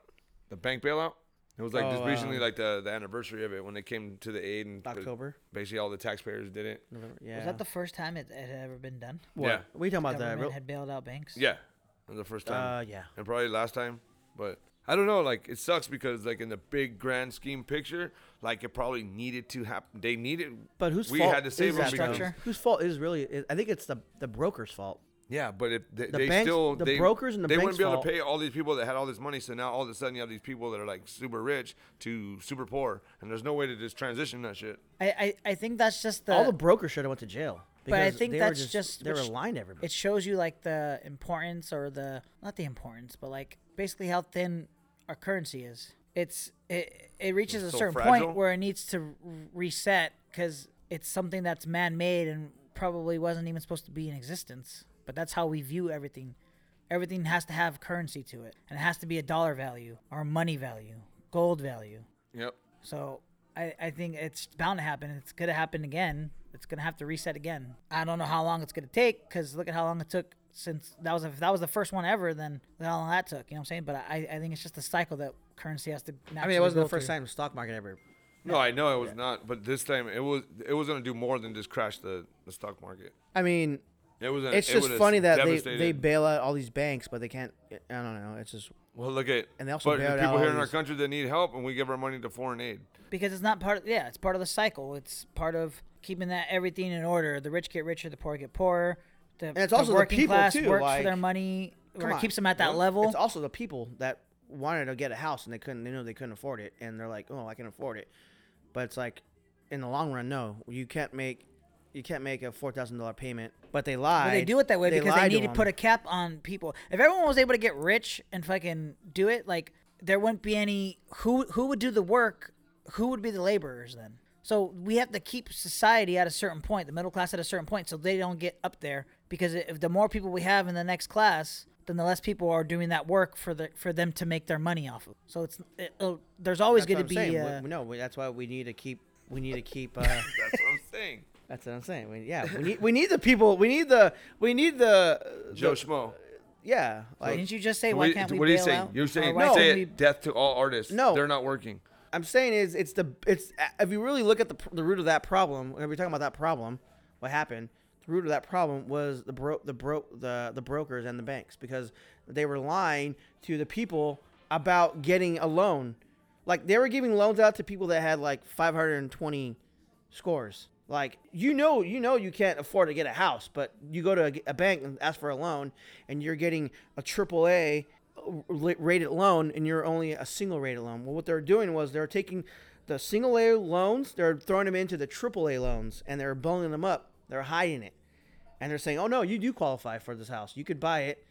F: the bank bailout. It was like
E: Oh,
F: just recently,
E: um,
F: like the, the anniversary of it when they came to the aid and
E: October?
F: Basically, all the taxpayers did it.
E: yeah
A: Was that the first time it, it had ever been done?
F: Yeah,
E: What are you talking about? The
A: Government
E: real,
A: had bailed out banks.
F: yeah, It was the first time.
E: Uh, yeah.
F: and probably last time, but I don't know. Like it sucks because like in the big grand scheme picture, like it probably needed to happen. They needed,
E: but whose
F: we
E: fault
F: had to
E: is
F: save them
E: that, though?
F: because
A: Structure?
E: Whose fault is really? Is, I think it's the the broker's fault.
F: Yeah, but if they,
E: The
F: they
E: banks-
F: still
E: the
F: they,
E: brokers and the
F: they
E: banks'
F: wouldn't be able
E: fault.
F: to pay all these people that had all this money, so now all of a sudden you have these people that are like super rich to super poor, and there's no way to just transition that shit.
A: I, I, I think that's just the.
E: All the brokers should have went to jail.
A: Uh, but I
E: because
A: think
E: they were
A: that's just,
E: they were
A: which-
E: lying to everybody.
A: It shows you like the importance or the not the importance, but like basically how thin our currency is. It's it it reaches
F: It's
A: a
F: so
A: certain
F: fragile.
A: point where it needs to re- reset because it's something that's man made and probably wasn't even supposed to be in existence. But that's how we view everything. Everything has to have currency to it, and it has to be a dollar value or money value, gold value.
F: Yep.
A: So I, I think it's bound to happen. It's gonna happen again. It's gonna have to reset again. I don't know how long it's gonna take because look at how long it took since that was if that was the first one ever. Then look how long that took. You know what I'm saying? But I, I think it's just a cycle that currency has to.
E: I mean, it wasn't the first time the stock market ever.
F: No, I know it was not, but this time it was it was gonna do more than just crash the, the stock market.
E: I mean,
F: It was.
E: it's
F: Uh, it
E: just
F: would've
E: funny that they, they
F: devastated-
E: bail out all these banks, but they can't. I don't know. It's just
F: well look at
E: and they also
F: but there's
E: bailed out
F: people
E: all
F: here in our
E: these-
F: country that need help, and we give our money to foreign aid.
A: because it's not part. Of, yeah, it's part of the cycle. It's part of keeping that everything in order. The rich get richer, the poor get poorer. The,
E: it's also the
A: working
E: people,
A: class
E: too,
A: works
E: like-
A: for their money.
E: come
A: Or
E: on.
A: keeps them at that
F: Yeah.
A: level.
E: it's also the people that wanted to get a house and they couldn't. They knew they couldn't afford it, and they're like, "Oh, I can afford it," but it's like, in the long run, no, you can't make. You can't make a four thousand dollar payment, but they lie.
A: But they do it that way because they
E: lied
A: need to
E: them.
A: put a cap on people. If everyone was able to get rich and fucking do it, like there wouldn't be any who who would do the work, who would be the laborers then? So we have to keep society at a certain point, the middle class at a certain point, so they don't get up there. Because if the more people we have in the next class, then the less people are doing that work for the for them to make their money off of. So it's it, it'll- there's always
E: That's
A: going to
E: what I'm
A: be
E: saying.
A: uh,
E: We- no. we- That's why we need to keep. We need to keep. Uh,
F: That's what I'm saying.
E: That's what I'm saying. We, yeah, we need we need the people. We need the we need the
F: Joe
E: the-
F: Schmo.
E: Yeah, like
A: Didn't you just say
F: What,
A: why can't we
F: what are
A: bail
F: you saying?
A: out?
F: You're
A: Or
F: saying
A: why
F: say
A: can't
F: it.
A: we-
F: Death to all artists.
E: No.
F: they're not working.
E: I'm saying is it's the it's if you really look at the pr- the root of that problem. When we're talking about that problem, what happened? The root of that problem was the bro the bro the the brokers and the banks because they were lying to the people about getting a loan. Like they were giving loans out to people that had like 520 scores. Like you know, you know you can't afford to get a house, but you go to a, a bank and ask for a loan, and you're getting a triple A uh, li- rated loan, and you're only a single rated loan. Well, what they're doing was they're taking the single A loans, they're throwing them into the triple A loans, and they're bundling them up. They're hiding it, and they're saying, "Oh no, you do qualify for this house. You could buy it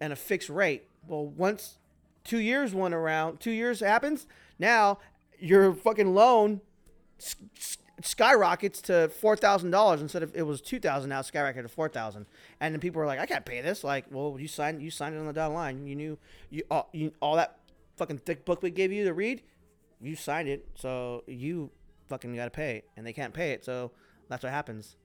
E: and a fixed rate. Well, once two years went around, two years happens, now your fucking loan s- s- skyrockets to four thousand dollars instead of it was two thousand now skyrocketed to four thousand, and then people were like, I can't pay this. Like, well, you signed you signed it on the dotted line. You knew you all, you all that fucking thick book we gave you to read, you signed it, so you fucking got to pay it, and they can't pay it, so that's what happens,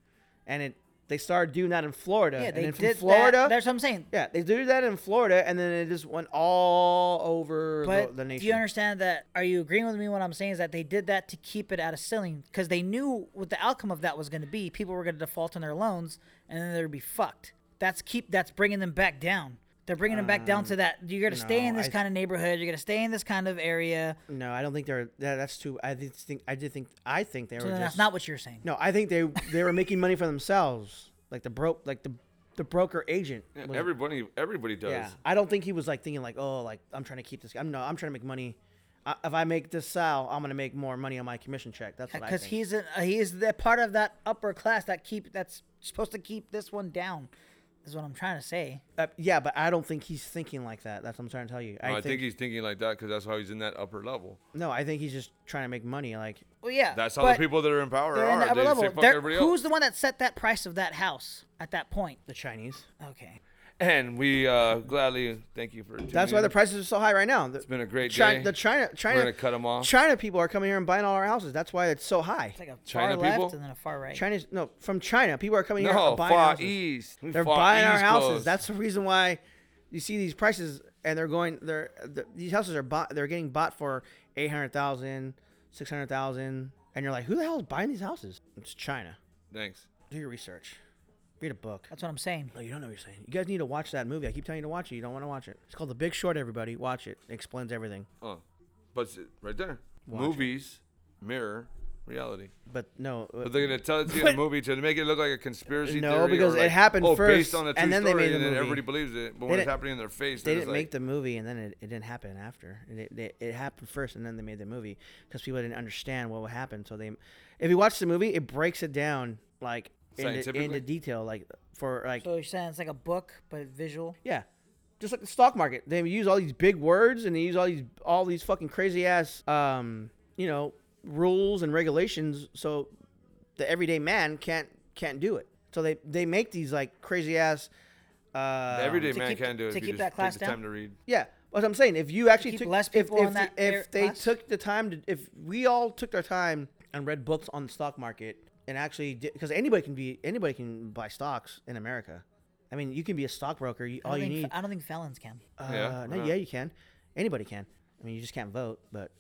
E: and it. They started doing that in Florida.
A: Yeah,
E: and
A: they
E: then from
A: did
E: Florida.
A: That. That's what I'm saying.
E: Yeah, they do that in Florida, and then it just went all over
A: But
E: the, the nation.
A: do you understand that? Are you agreeing with me? What I'm saying is that they did that to keep it at a ceiling because they knew what the outcome of that was going to be. People were going to default on their loans, and then they'd be fucked. That's keep. That's bringing them back down. They're bringing them back down to that. You're going to stay in
E: Um, no,
A: this
E: I-
A: kind of neighborhood. You're going to stay in this kind of area.
E: No, I don't think they're. That, that's too. I did think. I did think. I think they
A: So
E: were.
A: then
E: Just,
A: that's not what you're saying.
E: No, I think they they were making money for themselves, like the broke, like the the broker agent.
F: Yeah,
E: was-
F: everybody, everybody does.
E: yeah, I don't think he was like thinking like, oh, like I'm trying to keep this. I'm no, I'm trying to make money. I, if I make this sell, I'm gonna make more money on my commission check. That's what I think.
A: because he's a, he is the part of that upper class that keep that's supposed to keep this one down. Is what I'm trying to say.
E: uh, yeah, but I don't think he's thinking like that. That's what I'm trying to tell you.
F: No, I, think, he's thinking like that because that's how he's in that upper level.
E: no, I think he's just trying to make money. Like
A: Well, yeah.
F: That's how
A: but
F: the people that are in power
A: they're in
F: are.
A: the upper
F: they
A: level.
F: say fuck
A: They're-
F: everybody
A: who's
F: else.
A: the one that set that price of that house at that point?
E: the Chinese.
A: Okay.
F: And we uh, gladly thank you for.
E: That's why the prices are so high right now. The, it's
F: been a great day.
E: The China, China,
F: gonna cut 'em off.
E: China people are coming here and buying all our houses. That's why it's so high.
A: It's like a
F: China
A: far
F: people?
A: left and then a far right.
E: China's no from China. People are coming here
F: No,
E: and buying our
F: far
E: houses.
F: east. We
E: They're
F: far
E: buying our
F: east
E: houses.
F: close.
E: That's the reason why you see these prices and they're going. They're the, these houses are bought. They're getting bought for eight hundred thousand, six hundred thousand, and you're like, who the hell is buying these houses? It's China.
F: Thanks.
E: Do your research. Read a book.
A: That's what I'm saying.
E: No, you don't know what you're saying. You guys need to watch that movie. I keep telling you to watch it. You don't want to watch it. It's called The Big Short. Everybody, watch it. It explains everything.
F: Uh, but s- right there,
E: Watch it.
F: movies mirror reality.
E: But no, uh,
F: But they're gonna tell it to you in a movie to make it look like a conspiracy
E: No,
F: theory. or
E: because it
F: like,
E: happened
F: oh,
E: first,
F: based on a true
E: and then they
F: story,
E: made the
F: and then
E: movie.
F: everybody believes it. But
E: They
F: when it's
E: didn't-
F: happening in their face,
E: they
F: they're just
E: didn't make
F: like,
E: the movie, and then it, it didn't happen after. It, it, it happened first, and then they made the movie because people didn't understand what would happen. So they, if you watch the movie, it breaks it down like into,
F: Scientifically?
E: into detail, like for like
A: So you're saying it's like a book, but visual.
E: yeah, just like the stock market. They use all these big words and they use all these all these fucking crazy ass um you know rules and regulations. So the everyday man can't can't do it. So they they make these like crazy ass. Uh,
F: the everyday
A: to
F: man
A: keep-
F: can do it.
A: to
F: if you
A: keep
F: just
A: that class
F: take the
A: down?
F: time to read.
E: Yeah, what I'm saying, if you actually
A: keep
E: took
A: less
E: if-
A: people
E: if,
A: on that
E: the- if
A: air-
E: they
A: class?
E: took the time to, if we all took their time and read books on the stock market and actually, because anybody can be anybody can buy stocks in America. I mean, you can be a stockbroker. You,
A: I
E: all
A: don't, think,
E: you need,
A: I don't think felons can.
E: uh,
F: Yeah,
E: no,
F: why
E: yeah,
F: not?
E: you can. Anybody can. I mean, you just can't vote, but,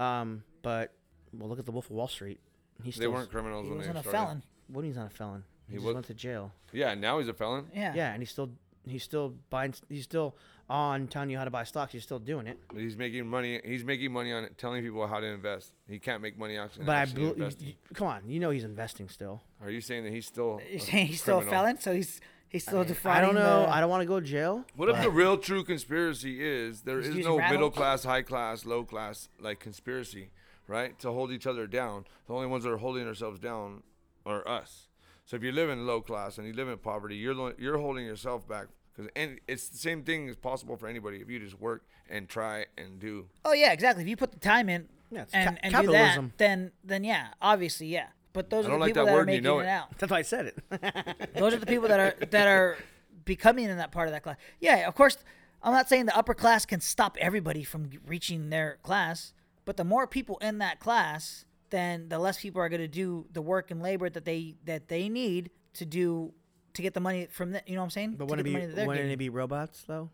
E: um, but well, look at the Wolf of Wall Street. He
F: They
E: still
F: weren't criminals
A: He
F: when
A: wasn't
F: they
A: a
F: started.
A: felon.
E: What do you mean he's not a felon? He,
F: He
E: just
F: was-
E: went to jail.
F: Yeah, now he's a felon.
A: Yeah.
E: Yeah, and he's still he's still buying. He's still on telling you how to buy stocks. He's still doing it.
F: But he's making money. He's making money on it, telling people how to invest. He can't make money actually.
E: But I
F: actually
E: bel-
F: investing.
E: y- y- come on, you know he's investing still.
F: Are you saying that he's still?
A: You're saying he's still a
F: criminal?
A: felon, so he's he's still
E: I
A: defrauding.
E: don't know.
A: the-
E: I don't want to go to jail.
F: What if the real true conspiracy is there is
A: Excuse
F: no
A: rattle?
F: middle class, high class, low class like conspiracy, right? To hold each other down. The only ones that are holding ourselves down are us. So if you live in low class and you live in poverty, you're lo- you're holding yourself back because and it's the same thing is possible for anybody if you just work and try and do.
A: Oh yeah, exactly. If you put the time in
E: Yeah, it's
A: and,
E: ca-
A: and do
E: capitalism.
A: that, then then yeah, obviously yeah. But those
F: I
A: are the
F: don't like
A: people
F: that
A: that
F: word,
A: are
F: and you
A: making
F: know
A: it
F: it.
A: out.
E: That's why I said it.
A: Those are the people that are that are becoming in that part of that class. Yeah, of course. I'm not saying the upper class can stop everybody from reaching their class, but the more people in that class, then the less people are going to do the work and labor that they that they need to do to get the money from the, you know what I'm saying? to
E: But
A: get
E: wouldn't
A: the
E: it
A: money that
E: be
A: they're
E: wouldn't
A: getting.
E: it be robots though?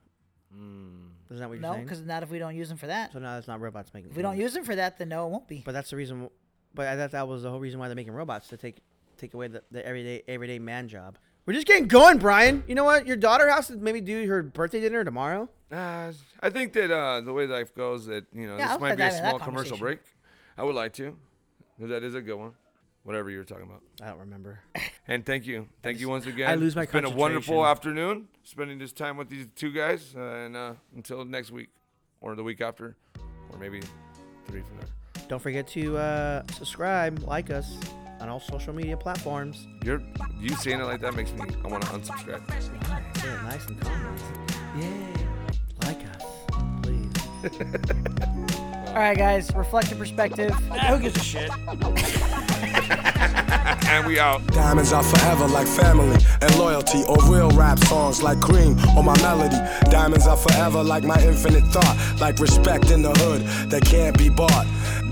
E: Isn't that what you're
A: No,
E: saying?
A: because not if we don't use them for that.
E: so now it's not robots making.
A: If we don't use them for that, then no, it won't be.
E: But that's the reason. w- But I thought that was the whole reason why they're making robots to take take away the, the everyday everyday man job. We're just getting going, Brian. You know what? Your daughter has to maybe do her birthday dinner tomorrow.
F: Uh, I think that uh, the way life goes, that you know,
A: Yeah, I
F: this
A: was
F: might be a
A: having that
F: small
A: conversation.
F: commercial break. I would like to. 'cause That is a good one. Whatever you were talking about.
E: I don't remember.
F: And thank you, thank you once again.
E: I lose my
F: It's been a wonderful
E: concentration.
F: afternoon spending this time with these two guys, uh, and uh, until next week, or the week after, or maybe three from there.
E: Don't forget to uh, subscribe, like us on all social media platforms.
F: You're you saying it like that makes me I want to unsubscribe.
E: Say it nice and calm. Yeah, like us, please.
A: All right, guys, reflective perspective. who gives a shit?
F: And we out.
G: Diamonds are forever like family and loyalty, or real rap songs like cream or my melody. Diamonds are forever like my infinite thought, like respect in the hood that can't be bought.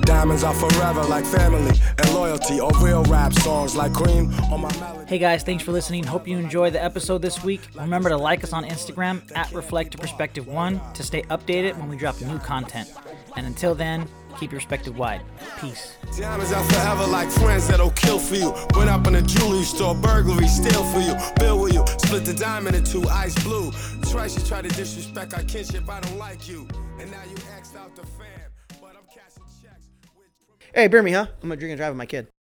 G: Diamonds are forever like family and loyalty, or real rap songs like cream or my melody.
A: Hey guys, thanks for listening. Hope you enjoyed the episode this week. Remember to like us on Instagram at Reflect to Perspective One to stay updated when we drop new content. And until then, keep your perspective wide. Peace.
G: Diamonds out forever like friends that'll kill for you. Went up in a jewelry store, burglary, steal for you. Bill with you, split the diamond in two, ice blue. Twice you try to disrespect our kinship, I don't like you. And now you axed out the fam, but I'm cashing checks. with-
E: Hey, beer me, huh? I'm gonna drink and drive with my kid.